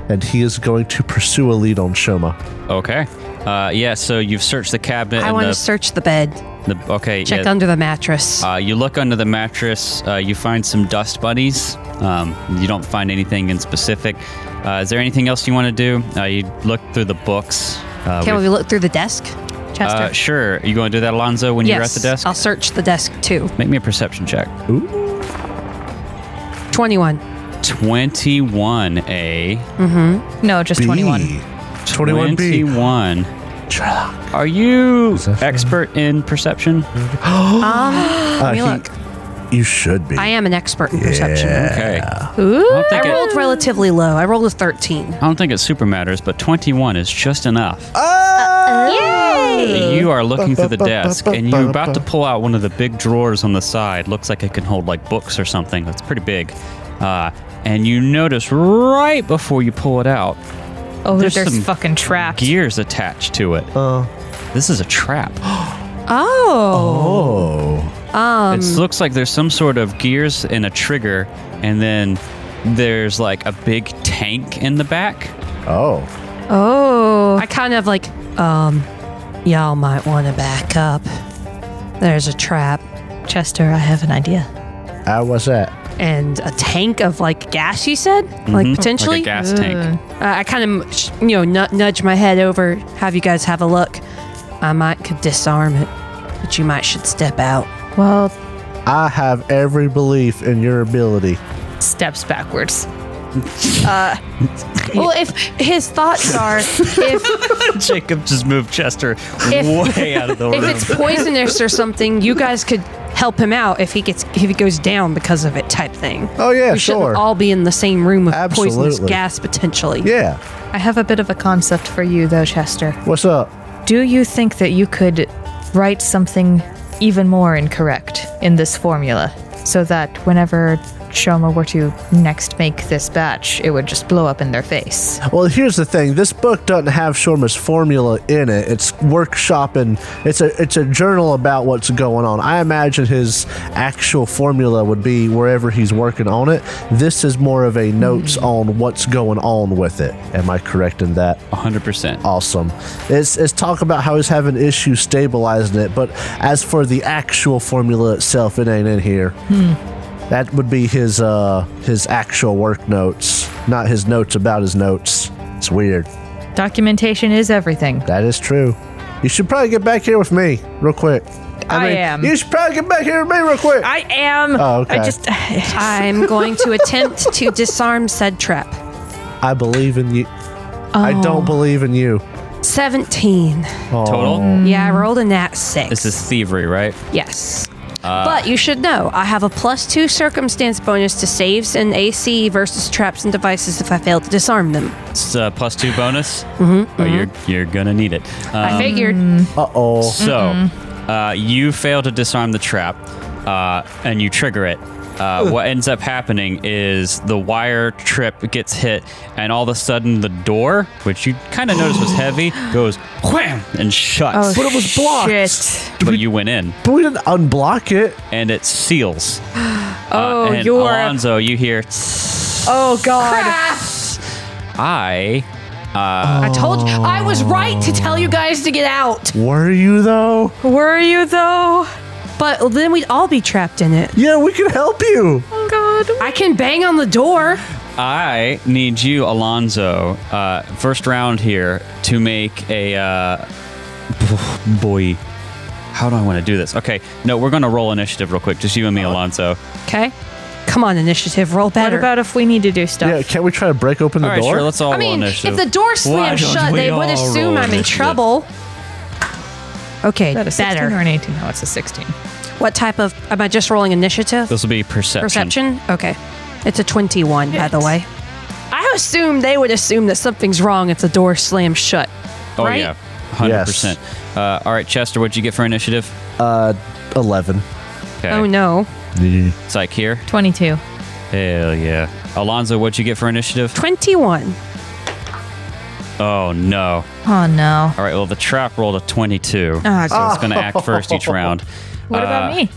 and he is going to pursue a lead on Shoma. Okay. Uh, yeah. So you've searched the cabinet. I and want to the, search the bed, the- okay. check yeah. under the mattress. Uh, you look under the mattress. Uh, you find some dust buddies. Um, you don't find anything in specific. Uh, is there anything else you want to do? Uh, you look through the books. Uh, Can we've- we look through the desk, Chester? uh, sure. you going to do that, Alonzo, when you're at the desk? I'll search the desk too. Make me a perception check. Twenty-one. 21A. No, just 21. Twenty one B. 21. Are you expert in perception? Uh, he- you should be. I am an expert in perception. Okay. I, Ooh. don't think I rolled it, relatively low. I rolled a thirteen. I don't think it super matters, but 21 is just enough. Uh, You are looking through the desk, and you're about to pull out one of the big drawers on the side. Looks like it can hold like books or something. That's pretty big. Uh, and you notice right before you pull it out, Oh, There's there's, some fucking traps. gears attached to it. Uh, This is a trap. Oh, oh. Um. it looks like there's some sort of gears and a trigger, and then there's like a big tank in the back. Oh. I kind of like, um, y'all might want to back up. There's a trap, Chester. I have an idea. How was that? And a tank of like gas. You said, like potentially. Mm-hmm. Like a gas tank. Uh, I kind of, sh- you know, nu- nudge my head over. Have you guys have a look? I might could disarm it, but you might should step out. Well, I have every belief in your ability. steps backwards. Well, if his thoughts are if Jacob just moved Chester If- way out of the if room. it's poisonous or something, you guys could help him out if he gets if he goes down because of it type thing. Oh, yeah, we shouldn't sure. all be in the same room with poisonous Absolutely. gas potentially. Yeah. I have a bit of a concept for you, though, Chester. What's up? Do you think that you could write something even more incorrect in this formula so that whenever Shoma were to next make this batch, it would just blow up in their face? Well, here's the thing. This book doesn't have Shorma's formula in it. It's workshopping. It's a it's a journal about what's going on. I imagine his actual formula would be wherever he's working on it. This is more of a notes on what's going on with it. Am I correct in that? 100%. awesome. It's, it's talk about how he's having issues stabilizing it, but as for the actual formula itself, it ain't in here. Hmm. That would be his uh his actual work notes, not his notes about his notes. It's weird. Documentation is everything. That is true. You should probably get back here with me real quick. I am. You should probably get back here with me real quick. I am. Oh, okay. I just. I'm going to attempt to disarm said trap. I believe in you. I Oh. don't believe in you. 17. Total? Yeah, I rolled a nat 6. This is thievery, right? Yes. but you should know, I have a plus two circumstance bonus to saves and AC versus traps and devices if I fail to disarm them. It's uh, plus two bonus. Mm-hmm, Oh, you're you're gonna need it. I Um, figured. Uh oh. so, uh, you fail to disarm the trap, uh, and you trigger it. Uh, what ends up happening is the wire trip gets hit, and all of a sudden the door, which you kind of noticed was heavy, goes wham and shuts. Oh, But it was blocked. Shit. but you went in, But we didn't unblock it. and it seals. Uh, Oh, and you're- Alonzo, you hear. Oh, God. I I told you. I was right to tell you guys to get out. Were you though? Were you, though? But then we'd all be trapped in it. Yeah, we can help you. Oh, God. I can bang on the door. I need you, Alonzo, uh, first round here to make a uh, boy. How do I want to do this? Okay, no, we're gonna roll initiative real quick. Just you and me, Alonzo. Okay. Come on, initiative. Roll What better. about if we need to do stuff? Yeah, can't we try to break open the All right, door? sure. Let's all I mean, roll initiative. if the door Why slams don't shut, we they would all assume roll I'm in initiative? trouble. Okay, Is that a 16 better. or an 18? No, it's a 16. What type of? Am I just rolling initiative? This will be perception. Perception? Okay. It's a 21, by the way. I assume they would assume that something's wrong if the door slams shut. Oh right? yeah, hundred percent. Uh, all right, Chester, what'd you get for initiative? Uh, Eleven. Okay. Oh no. It's like here. 22. Hell yeah. Alonzo, what'd you get for initiative? 21. Oh no. Oh, no. All right. Well, the trap rolled a twenty-two, Ah, so it's gonna act first each round. What Uh, about me?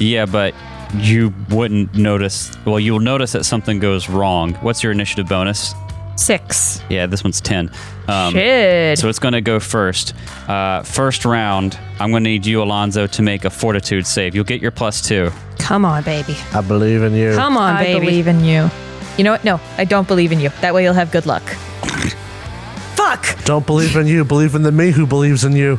Yeah, but you wouldn't notice. Well, you'll notice that something goes wrong. What's your initiative bonus? Six. Yeah, this one's 10. Um, Shit. So it's going to go first. Uh, first round, I'm going to need you, Alonzo, to make a fortitude save. You'll get your plus two. Come on, baby. I believe in you. Come on, I baby. believe in you. You know what? No, I don't believe in you. That way you'll have good luck. Fuck. Don't believe in you. Believe in the me who believes in you.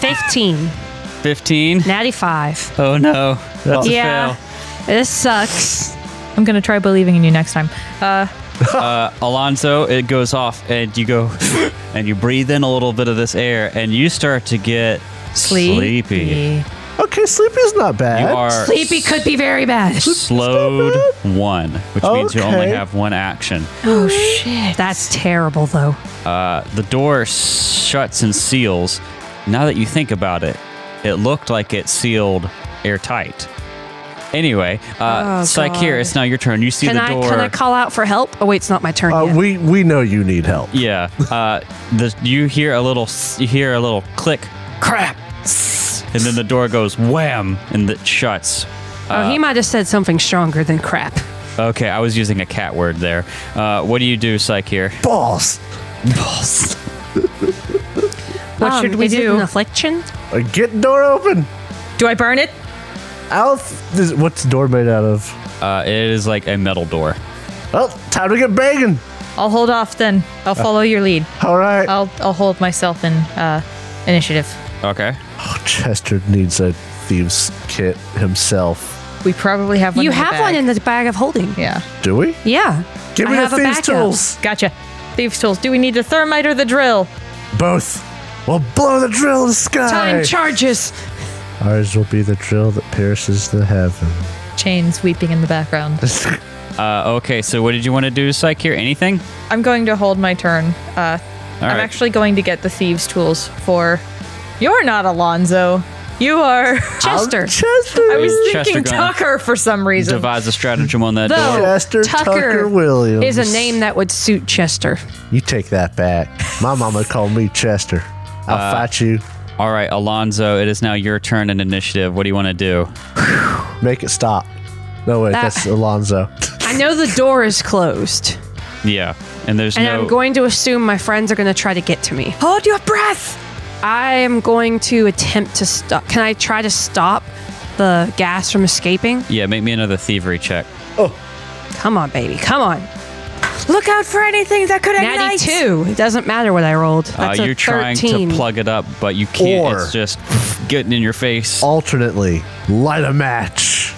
15. 15. Natty 5. Oh, no. That's yeah. a fail. This sucks. I'm going to try believing in you next time. Uh, Alonzo, it goes off, and you go, and you breathe in a little bit of this air, and you start to get sleepy. sleepy. Okay, sleepy's not bad. You are Sleepy could be very bad. slowed one, which means you only Okay. have one action. Oh, shit. That's terrible, though. The door shuts and seals. Now that you think about it, it looked like it sealed airtight. Anyway, uh, Oh, Psycheer, God. it's now your turn. You see Can the I, door. can I call out for help? Oh, wait, it's not my turn Uh, yet. we we know you need help. yeah, uh, the, you hear a little, s- you hear a little click, crap, s- and then the door goes wham, and it shuts. oh, he might have said something stronger than crap. Okay, I was using a cat word there. Uh, what do you do, Psycheer? Boss, What Um, should we is it an do? affliction? uh, get the door open. Do I burn it? Alf, is, what's the door made out of? Uh, it is like a metal door. Oh, time to get banging. I'll hold off then. I'll Uh. follow your lead. All right. I'll I'll hold myself in uh, initiative. Okay. Oh, Chester needs a thieves kit himself. We probably have one. You in the have bag. one in the bag of holding. Yeah. Do we? Yeah. Give I me have the a thieves backup. tools. Gotcha. Thieves' tools. Do we need the thermite or the drill? Both. We'll blow the drill in the sky. Time charges. Ours will be the drill that pierces the heaven. Chains weeping in the background. Uh, okay, so what did you want to do, Psyche? Here, anything? I'm going to hold my turn. Uh, I'm right. actually going to get the thieves' tools for. You're not Alonzo. You are. Chester. I was Is Chester thinking gonna Tucker for some reason. Devise a stratagem on that Though door. Chester Tucker Williams. is a name that would suit Chester. You take that back. My mama called me Chester. I'll Uh, fight you. All right, Alonzo, it is now your turn in initiative. What do you want to do? Make it stop. No wait, That- that's Alonzo. I know the door is closed, Yeah, and there's and no. I'm going to assume my friends are going to try to get to me. Hold your breath. I am going to attempt to stop. Can I try to stop the gas from escaping? yeah, make me another thievery check. Come on, baby. Come on. Look out for anything that could Natty ignite. two. It doesn't matter what I rolled. Uh, That's a you're trying 13. to plug it up, but you can't. Or- it's just getting in your face. Alternately, light a match.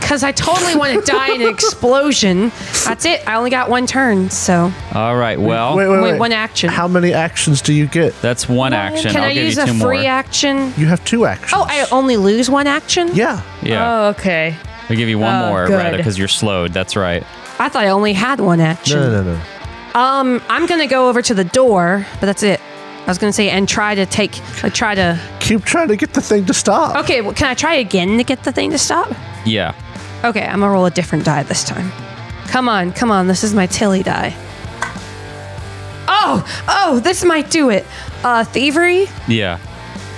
Because I totally want to die in an explosion. That's it. I only got one turn, so All right, well, Wait, wait, Wait, wait. one action. How many actions do you get? that's one action. can I'll I give use you a two more. free action? You have two actions. Oh, I only lose one action. yeah. yeah, Oh, okay. I'll give you one oh, more rather good. because you're slowed. That's right. I thought I only had one action. No, no, no, no. Um, I'm gonna go over to the door, but that's it. I was gonna say and try to take, like, try to. Keep trying to get the thing to stop. Okay, well, can I try again to get the thing to stop? Yeah. Okay, I'm gonna roll a different die this time. Come on, come on, this is my Tilly die. Oh, oh, this might do it. Uh, thievery. Yeah.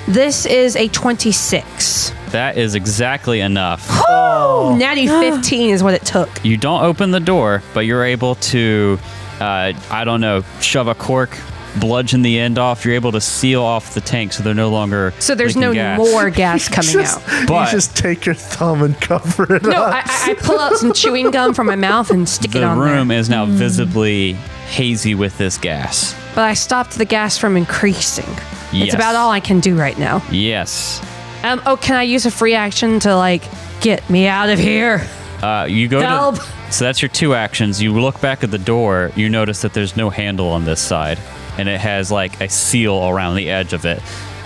This is a 26. That is exactly enough. Oh. Natty 15 is what it took. you don't open the door, but you're able to, uh, I don't know, shove a cork, bludgeon the end off. You're able to seal off the tank so they're no longer. So there's leaking no gas. more gas coming Just, out. But- you just take your thumb and cover it No, up. I, I I pull out some chewing gum from my mouth and stick it The on room there. Hmm. is now visibly hazy with this gas. But I stopped the gas from increasing. Yes. It's about all I can do right now. Yes. Um, oh, can I use a free action to like get me out of here? Uh, you go Help. to. So that's your two actions. You look back at the door. You notice that there's no handle on this side, and it has like a seal around the edge of it.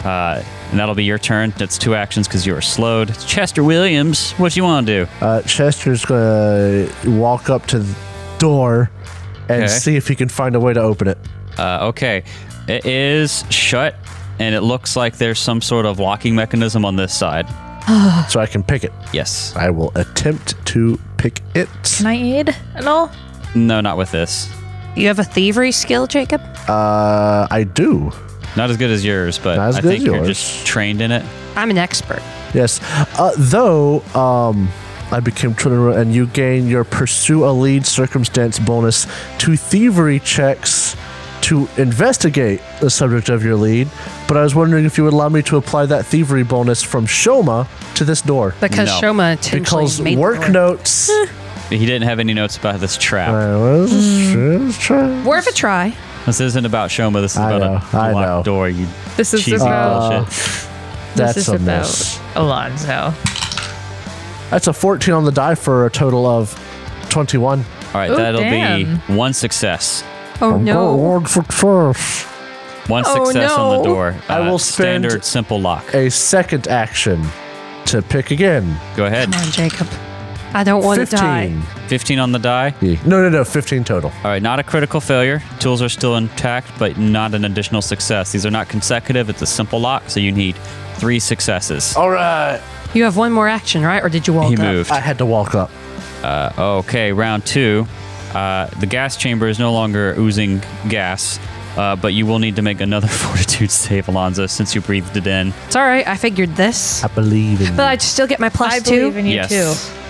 Uh, and that'll be your turn. That's two actions because you were slowed. Chester Williams, what you want to do? Uh, Chester's gonna walk up to the door and Okay. see if he can find a way to open it. Uh, okay. It is shut, and it looks like there's some sort of locking mechanism on this side. So I can pick it. Yes. I will attempt to pick it. Can I aid at all? No, not with this. You have a thievery skill, Jacob? Uh, I do. Not as good as yours, but Not as I good think as you're yours. just trained in it. I'm an expert. Yes. Uh, though, um, I became Trinidad, and you gain your pursue a lead circumstance bonus to thievery checks to investigate the subject of your lead. But I was wondering if you would allow me to apply that thievery bonus from Shoma to this door. Because No. Shoma intentionally Because made the work door. notes. Hmm. He didn't have any notes about this trap. I was trying. Worth a try. This isn't about Shoma. This is I about know, a I know. locked door. You This is cheesy about. bullshit. That's this is a about miss. Uh, Alonzo. That's a 14 on the die for a total of 21. All right, Ooh, that'll damn. be one success. Oh no. Reward success. One Oh, success on the no. door. Uh, I will spend- standard simple lock. A second action to pick again. Go ahead. Come on, Jacob. I don't want to die. 15. 15 on the die. No, no, no. 15 total. All right, not a critical failure. Tools are still intact, but not an additional success. These are not consecutive. It's a simple lock, so you need three successes. All right. You have one more action, right? Or did you walk he up? moved. I had to walk up. Okay, round two. Uh, the gas chamber is no longer oozing gas, uh, but you will need to make another fortitude save, Alonzo, since you breathed it in. It's all right. I figured this. I believe in But you. I still get my plus I believe two. in you yes. too.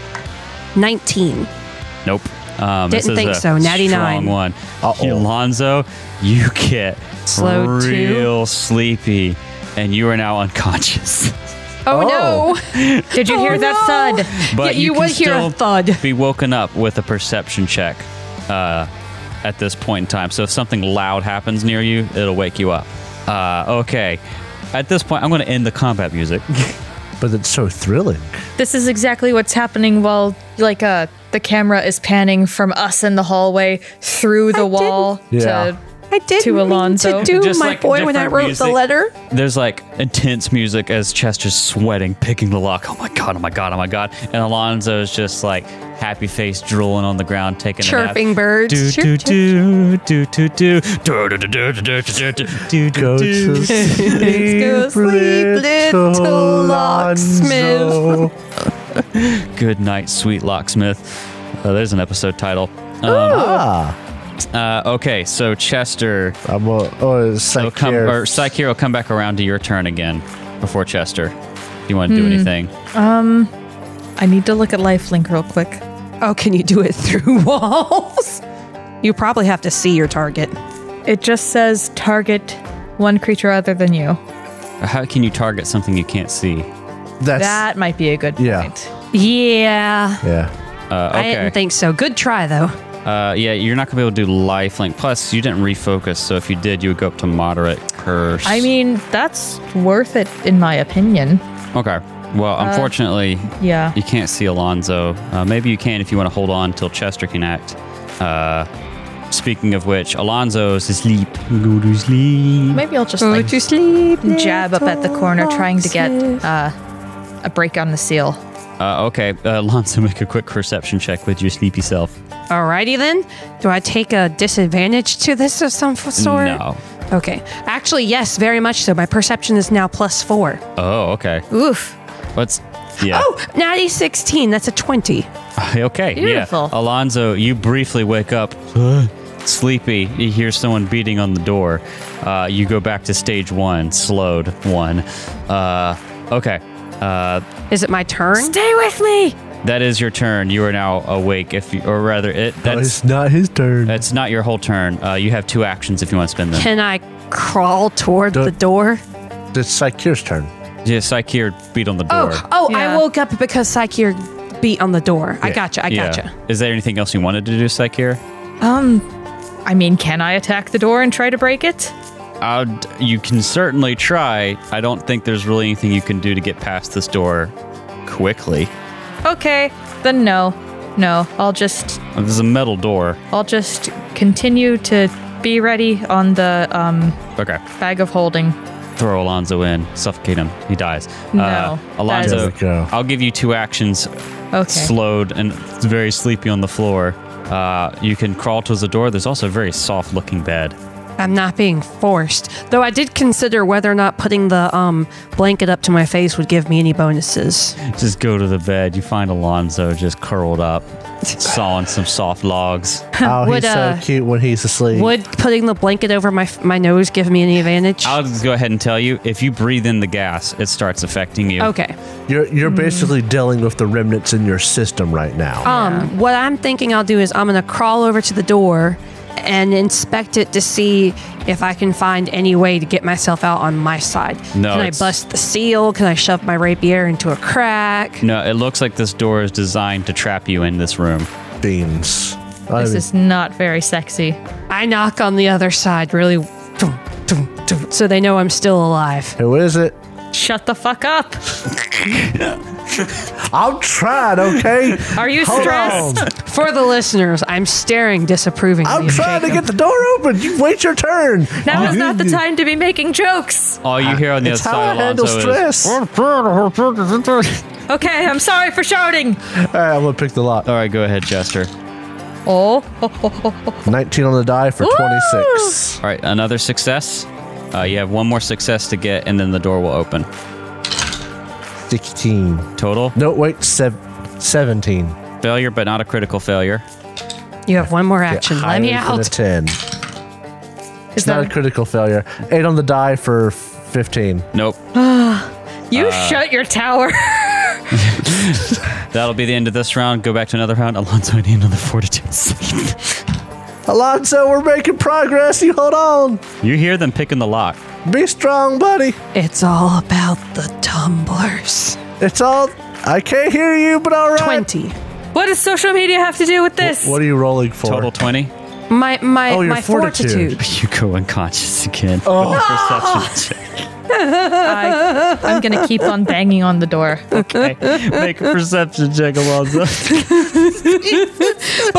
19. Nope. Um, this Didn't is think a so. Natty strong nine. one. Uh-oh. Alonzo, you get Slow two. real sleepy, and you are now unconscious. Oh, no. Did you Oh, hear that no. thud? But Yeah, you can would hear still a thud. Be woken up with a perception check uh, at this point in time. So if something loud happens near you, it'll wake you up. Uh, okay. At this point, I'm going to end the combat music. But it's so thrilling. This is exactly what's happening while, like, uh, the camera is panning from us in the hallway through the wall Yeah. to I did To mean Alonzo. to do Just my like boy when I different wrote the music. letter. There's like intense music as Chester's sweating, picking the lock. Oh my god! Oh my god! Oh my god! And Alonzo's just like happy face, drooling on the ground, taking a Chirping nap. birds. Do Chirp, do chirp, do do do do do do do do do do do do do Go do do. to sleep, Go sleep, little locksmith. Lonzo. Good night, sweet locksmith. Uh, there's an episode title. Um, Ah, uh, okay, so Chester, I'm a, oh, will psych come, here. or Psyche will come back around to your turn again before Chester. Do you want Hmm. to do anything? I need to look at lifelink real quick. Oh, can you do it through walls? You probably have to see your target. It just says target one creature other than you. Uh, How can you target something you can't see? That's That might be a good Yeah. point. Yeah. yeah. Uh, I okay. didn't think so. Good try though. uh, yeah, you're not gonna be able to do lifelink. Plus, you didn't refocus, so if you did, you would go up to moderate curse. I mean, that's worth it in my opinion. okay. Well, unfortunately, Uh, yeah. you can't see Alonzo. Uh, maybe you can if you want to hold on till Chester can act. Uh, speaking of which, Alonzo's asleep. Go to sleep. Maybe I'll just like sleep. jab up at the corner trying to get uh, a break on the seal. Uh, okay, uh, Alonzo, make a quick perception check with your sleepy self. Alrighty then. Do I take a disadvantage to this of some f- sort? No. Okay. Actually, yes, very much so. My perception is now plus four. Oh, okay. Oof. What's yeah? Oh, natty 16. That's a 20. okay. Beautiful. Yeah. Alonzo, you briefly wake up, sleepy. You hear someone beating on the door. Uh, you go back to stage one, slowed one. Uh, okay. Uh, Is it my turn? Stay with me. that is your turn. You are now awake. If you, or rather, it No, that's it's not his turn. that's not your whole turn. Uh, you have two actions if you want to spend them. Can I crawl toward Duh. the door? It's Psyche's turn. yeah, Psyche or beat on the door. Oh, oh, Yeah. I woke up because Psyche beat on the door. I Yeah. gotcha. I yeah. gotcha. Is there anything else you wanted to do, Psyche? I mean, can I attack the door and try to break it? I'd, Uh, you can certainly try. I don't think there's really anything you can do to get past this door quickly. Okay, then no. No, I'll just Uh, This is a metal door. I'll just continue to be ready on the um, Okay. bag of holding. Throw Alonzo in, suffocate him. He dies. Uh, No, Alonzo, that's- There we go. I'll give you two actions, Okay. slowed and very sleepy on the floor. Uh, you can crawl towards the door. There's also a very soft looking bed. I'm not being forced. Though I did consider whether or not putting the um, blanket up to my face would give me any bonuses. Just go to the bed. You find Alonzo just curled up, sawing some soft logs. Oh, Would, he's uh, so cute when he's asleep. Would putting the blanket over my, f- my nose give me any advantage? I'll just go ahead and tell you if you breathe in the gas, it starts affecting you. okay. You're you're Mm. basically dealing with the remnants in your system right now. Um, What I'm thinking I'll do is I'm going to crawl over to the door and inspect it to see if I can find any way to get myself out on my side. No, can I it's- bust the seal? Can I shove my rapier into a crack? No, it looks like this door is designed to trap you in this room. Beans. I this mean, is not very sexy. I knock on the other side really dum, dum, dum, so they know I'm still alive. who is it? Shut the fuck up. I'm trying, okay? Are you Hold stressed? on. For the listeners, I'm staring disapprovingly. I'm at trying to get Jacob. the door open. You wait your turn. Now is not the You- time to be making jokes. All you hear on the It's other how side, I handle Alonzo, stress. is. All Okay, I'm sorry for shouting. right, I'm gonna pick the lot. All right, go ahead, Jester. Oh, 19 on the die for 26. All right, another success. Uh, you have one more success to get, and then the door will open. 16. Total No, wait, sev- 17. failure, but not a critical failure. You have one more Get action. Let higher me than a out. 10. It's not a critical failure. Eight on the die for 15. Nope. you Uh. shut your tower. That'll be the end of this round. Go back to another round. Alonzo, I need another fortitude save. Alonso, we're making progress. You hold on. you hear them picking the lock. Be strong, buddy. It's all about the tumblers. It's all. I can't hear you, but all right. 20. what does social media have to do with this? What are you rolling for? Total 20. My my Oh, your my fortitude. fortitude. Oh. You go unconscious again. Oh. Perception check. I, I'm gonna keep on banging on the door. Okay. Make a perception check, Alonzo. but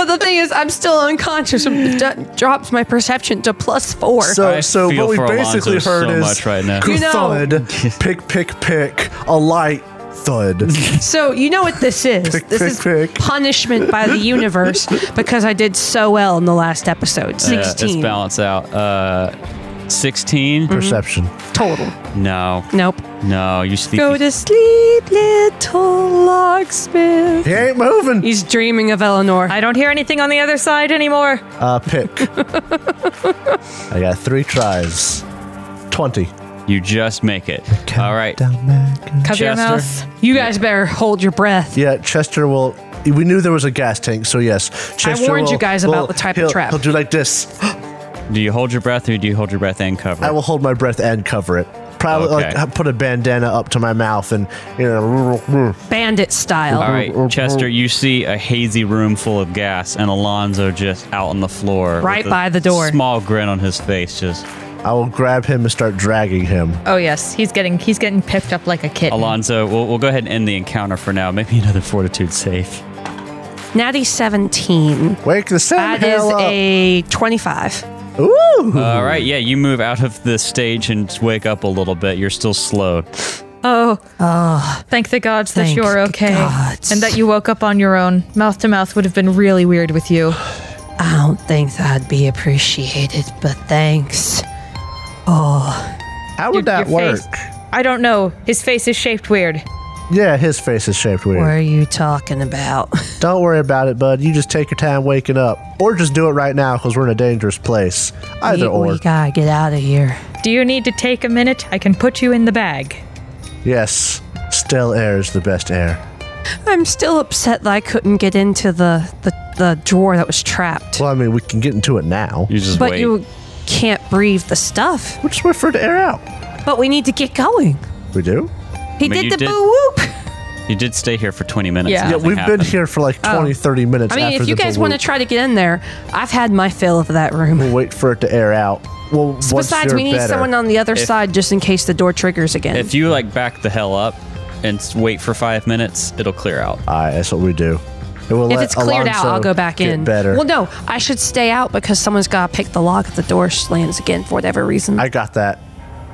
the thing is, I'm still unconscious. It d- drops my perception to plus four. So, I so feel what we for Alonzo basically so heard is much right now. You know- thud, pick, pick, pick, a light thud. So you know what this is? Pick, this pick, is pick. punishment by the universe because I did so well in the last episode. it's Sixteen balance out. Uh, 16? Mm. Perception. total. No. Nope. No, you sneaky. Go to sleep, little locksmith. He ain't moving. He's dreaming of Eleanor. I don't hear anything on the other side anymore. Uh, pick. I got three tries. 20. you just make it. All right. Down back. Cover your Chester. mouth. you guys better hold your breath. Yeah, Chester will. We knew there was a gas tank, so yes. Chester warned you will- guys will- about the type of he'll- trap. He'll do like this. Do you hold your breath or do you hold your breath and cover? I will hold my breath and cover it. Probably Okay. like put a bandana up to my mouth and you know. Bandit style. All right, Chester, you see a hazy room full of gas and Alonzo just out on the floor. Right with a by the door. Small grin on his face. Just I will grab him and start dragging him. Oh yes, he's getting he's getting picked up like a kitten. Alonzo, we'll, we'll go ahead and end the encounter for now. Maybe another fortitude save. Natty 17. Wake the sand That is hell up. a 25. Ooh. All right, yeah, you move out of the stage and wake up a little bit. You're still slowed. Oh, Ah. thank the gods that Thank you're okay gods. and that you woke up on your own. Mouth to mouth would have been really weird with you. I don't think that'd be appreciated, but thanks. Oh, How would Your- that your work? face- I don't know. His face is shaped weird. Yeah, his face is shaped weird. What are you talking about? Don't worry about it, bud. You just take your time waking up, or just do it right now because we're in a dangerous place. Either we, or. we gotta get out of here. Do you need to take a minute? I can put you in the bag. yes, still air is the best air. I'm still upset that I couldn't get into the, the, the drawer that was trapped. Well, I mean, we can get into it now. You just but wait. you can't breathe the stuff. We're just wait for it to air out. But we need to get going. We do. He mean, you did the did- boo whoop. you did stay here for 20 minutes. Yeah. and Yeah, nothing We've happened. been here for like 20, 30 minutes. Oh. I mean, after if you the guys want to balloon. try to get in there, I've had my fill of that room. We'll wait for it to air out. Well, once Besides, you're we need better. someone on the other side just in case the door triggers again. If you like back the hell up and s- wait for five minutes, it'll clear out. Aye, that's what we do. And we'll if let it's cleared out, Alonso I'll go back get in. Better. Well, no, I should stay out because someone's got to pick the lock if the door slams again for whatever reason. I got that.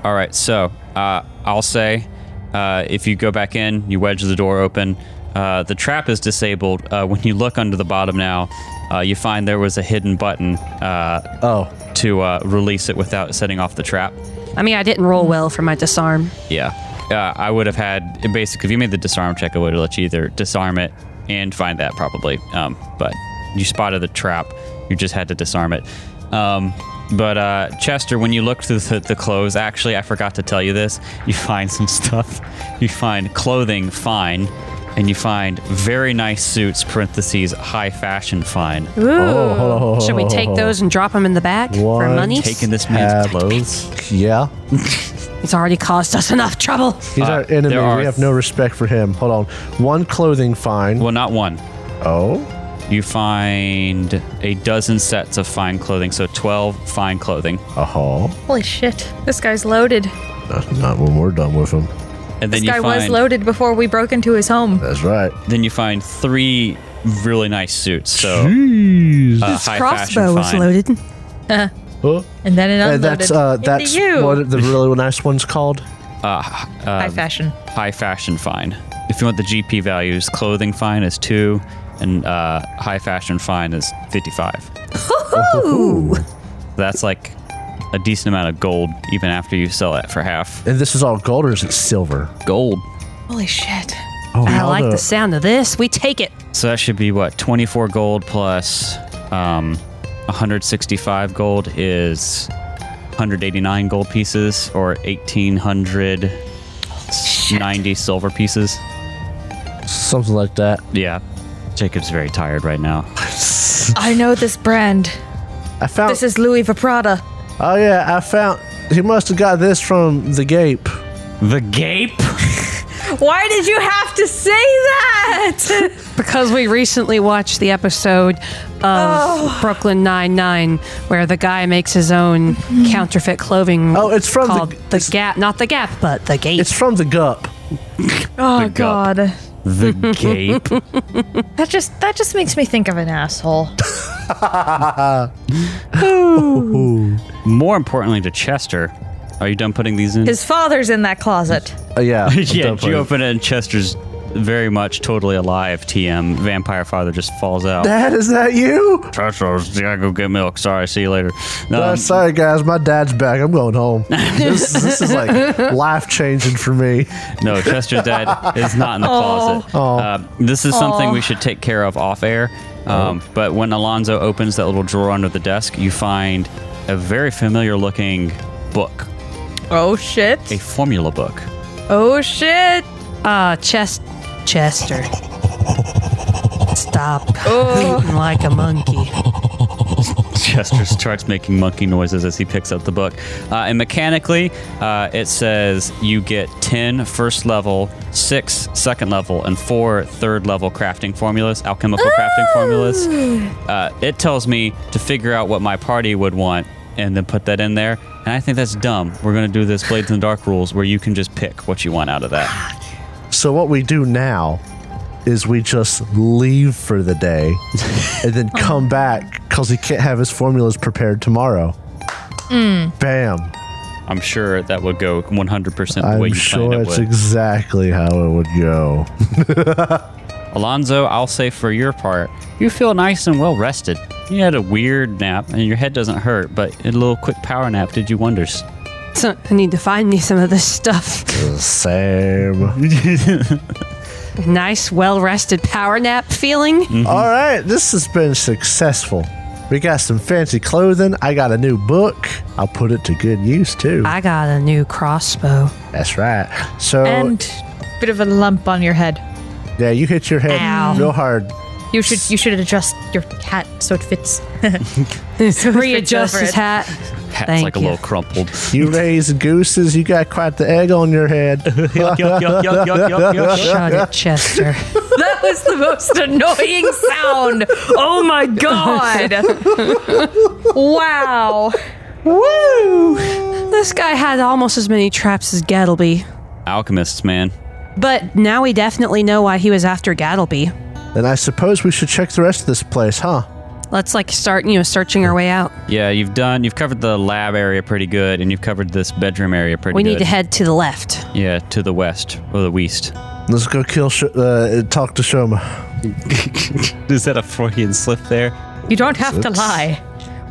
All right, so uh, I'll say uh, if you go back in, you wedge the door open. Uh, the trap is disabled. Uh, when you look under the bottom now, uh, you find there was a hidden button uh, Oh, to uh, release it without setting off the trap. I mean, I didn't roll well for my disarm. Yeah. Uh, I would have had basically, if you made the disarm check, I would have let you either disarm it and find that probably. Um, but you spotted the trap. You just had to disarm it. Um, but uh, Chester, when you look through the, the clothes, actually, I forgot to tell you this. You find some stuff. You find clothing, fine. And you find very nice suits, parentheses, high fashion, fine. Oh, should we take those and drop them in the bag for One money? Taking this man's clothes. yeah. It's already caused us enough trouble. He's Uh, our enemy. there are We have no respect for him. Hold on. One clothing fine. Well, not one. Oh. You find a dozen sets of fine clothing, so 12 fine clothing. Uh huh. Holy shit. This guy's loaded. That's not when we're done with him. And then This you guy find was loaded before we broke into his home. That's right. then you find three really nice suits. So uh, high fashion Crossbow was find. loaded. Huh? And then it unloaded. And Oh, that's uh, into that's you. what the really nice one's called. High Um, fashion. High fashion fine. If you want the GP values, clothing fine is two, and uh, high fashion fine is fifty-five. Ooh. That's like a decent amount of gold, even after you sell that for half And this is all gold or is it silver? gold. Holy shit. Oh, I like the sound of this. We take it. So that should be what twenty-four gold plus um, one hundred sixty-five gold is one hundred eighty-nine gold pieces, or eighteen hundred ninety silver pieces. something like that. Yeah. Jacob's very tired right now. I know this brand. I found. This is Louis Vuitton. oh yeah, I found. He must have got this from the gape. The gape? Why did you have to say that? because we recently watched the episode of Brooklyn Nine Nine where the guy makes his own counterfeit clothing. Oh, it's from the- called the, it's- Gap, not the Gap, but the Gate. It's from the Gup. Oh gup. God, The gape. that just that just makes me think of an asshole. More importantly, to Chester. Are you done putting these in? His father's in that closet. Uh, yeah. I'm yeah, done playing. you open it and Chester's very much totally alive. TM vampire father just falls out. Dad, is that you? Chester's, yeah, go get milk. Sorry, see you later. Uh, Um, sorry, guys. My dad's back. I'm going home. This, this is like life changing for me. No, Chester's dad is not in the closet. Uh, this is something we should take care of off air. Um, but when Alonzo opens that little drawer under the desk, you find a very familiar looking book, Oh shit. a formula book. Oh shit. uh, Chest Chester. Stop eating like a monkey. Chester starts making monkey noises as he picks up the book. Uh, and mechanically, uh, it says you get 10 first level, 6 second level, and 4 third level crafting formulas, alchemical crafting formulas. Uh, it tells me to figure out what my party would want and then put that in there. And I think that's dumb. We're going to do this Blades in the Dark rules where you can just pick what you want out of that. So what we do now is we just leave for the day and then come back because he can't have his formulas prepared tomorrow. Mm. Bam. I'm sure that would go 100% the way I'm you planned sure it it's would. exactly how it would go. Alonzo, I'll say for your part, you feel nice and well rested. You had a weird nap, and your head doesn't hurt, but a little quick power nap did you wonders. So I need to find me some of this stuff. Same. Nice, well rested power nap feeling. Mm-hmm. All right, this has been successful. We got some fancy clothing. I got a new book. I'll put it to good use too. I got a new crossbow. That's right. Oh. So And bit of a lump on your head. yeah, you hit your head Ow. real hard. You should you should adjust your hat so it fits. Readjust over his it. hat. Hat's Thank like a you. little crumpled. You raised gooses. You got quite the egg on your head. Yuck, yuck, yuck, yuck, yuck, yuck, yuck. Shut it, Chester. That was the most annoying sound. Oh my god. wow. this guy had almost as many traps as Gattleby. Alchemists, man. But now we definitely know why he was after Gattleby. Then I suppose we should check the rest of this place, huh? Let's like start, you know, searching our way out. Yeah, you've done. You've covered the lab area pretty good, and you've covered this bedroom area pretty We good. need to head to the left. Yeah, to the west or the west. Let's go kill. Sh- uh, talk to Shoma. Is that a Freudian slip there? You don't have to lie.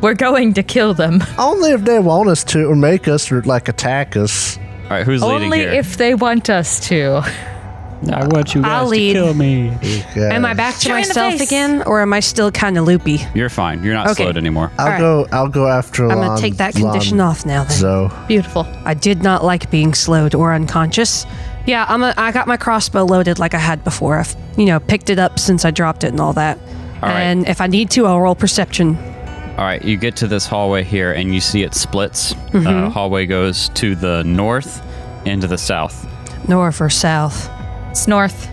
We're going to kill them. Only if they want us to, or make us, or like attack us. All right, who's leading Only here? if they want us to. I want you I'll lead. me. Yeah. Am I back to Shoot her in the myself face. again, or am I still kind of loopy? You're fine. You're not Okay. slowed anymore. I'll All right. go. I'll go after. I'm gonna take that condition off now. Then So Beautiful. I did not like being slowed or unconscious. Yeah, I'm. A, I got my crossbow loaded like I had before. I've you know picked it up since I dropped it and all that. right. And if I need to, I'll roll perception. All right, you get to this hallway here, and you see it splits. Uh, Mm-hmm. hallway goes to the north and to the south. north or south. It's north.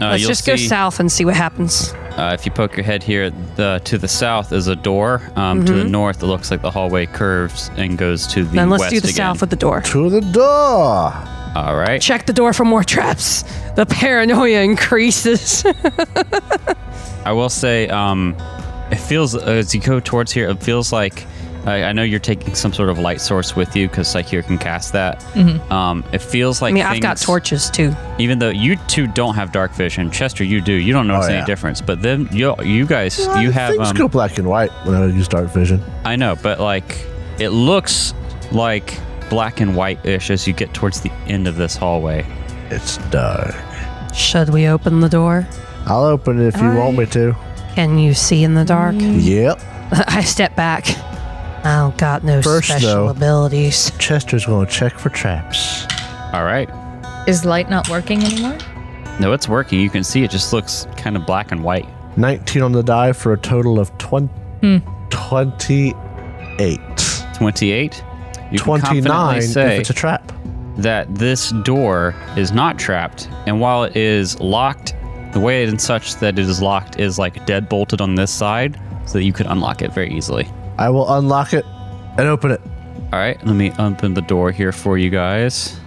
Uh, Let's you'll just go see, south and see what happens. Uh, if you poke your head here, the, to the south is a door. Um, To the north, it looks like the hallway curves and goes to the Mm-hmm. Then let's west do the again. south with the door. to the door. All right. Check the door for more traps. The paranoia increases. I will say, um, it feels as you go towards here, it feels like I, I know you're taking some sort of light source with you because Psycheer can cast that. Um, it feels like Mm-hmm. I mean, I've got things- torches too. even though you two don't have dark vision, Chester, you do. You don't notice Oh, yeah. any difference, but then you you guys you have. things Um, go black and white when I use dark vision. I know, but like it looks like black and white ish as you get towards the end of this hallway. It's dark. Should we open the door? I'll open it if you want me to. Can you see in the dark? Yep. I step back. I don't got no First, special though- abilities. Chester's gonna check for traps. All right. Is light not working anymore? No, it's working. You can see it just looks kind of black and white. 19 on the die for a total of 20, 28. Hmm. Twenty eight. You can confidently 29 if say it's a trap. that this door is not trapped, and while it is locked, the way and such that it is locked is like dead bolted on this side, so that you could unlock it very easily. I will unlock it and open it. All right, let me open the door here for you guys.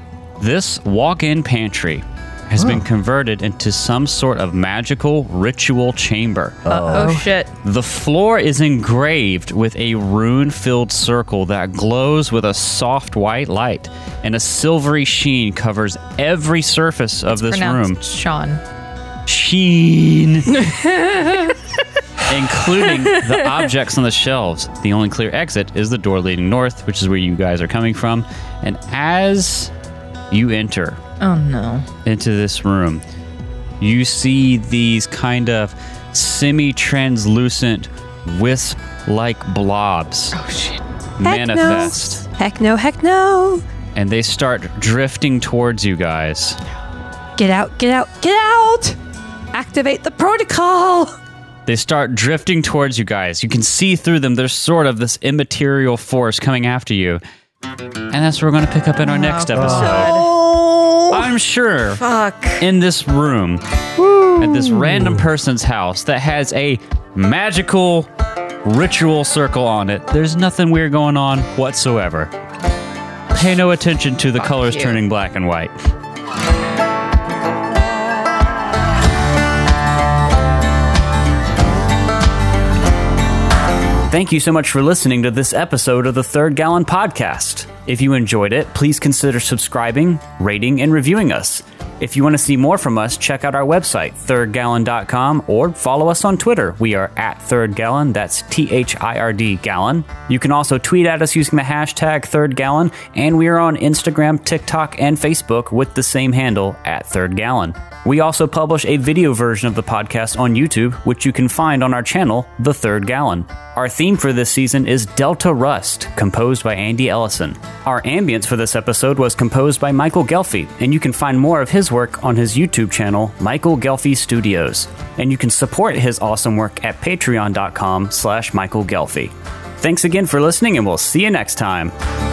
This walk in pantry has been converted into some sort of magical ritual chamber. Oh, shit. The floor is engraved with a rune filled circle that glows with a soft white light, and a silvery sheen covers every surface of this room. Pronounced Sean. Sheen! Including the objects on the shelves. The only clear exit is the door leading north, which is where you guys are coming from. And as you enter, Oh no. into this room, you see these kind of semi translucent, wisp like blobs manifest. Heck no. Heck no. And they start drifting towards you guys. Get out. Get out. Get out. Activate the protocol. They start drifting towards you guys. You can see through them. There's sort of this immaterial force coming after you. And that's what we're going to pick up in our next episode. I'm sure. Fuck. in this room at this random person's house that has a magical ritual circle on it. There's nothing weird going on whatsoever. Pay no attention to the colors turning black and white. Thank you so much for listening to this episode of the Third Gallon Podcast. If you enjoyed it, please consider subscribing, rating, and reviewing us. If you want to see more from us, check out our website, thirdgallon.com, or follow us on Twitter. We are at Third Gallon, that's T H I R D Gallon. You can also tweet at us using the hashtag Third Gallon, and we are on Instagram, TikTok, and Facebook with the same handle, at Third Gallon. We also publish a video version of the podcast on YouTube, which you can find on our channel, The Third Gallon. Our theme for this season is Delta Rust, composed by Andy Ellison. Our ambience for this episode was composed by Michael Gelfi, and you can find more of his work on his YouTube channel, Michael Gelfi Studios. And you can support his awesome work at patreon.com slash Michael Gelfi. Thanks again for listening, and we'll see you next time.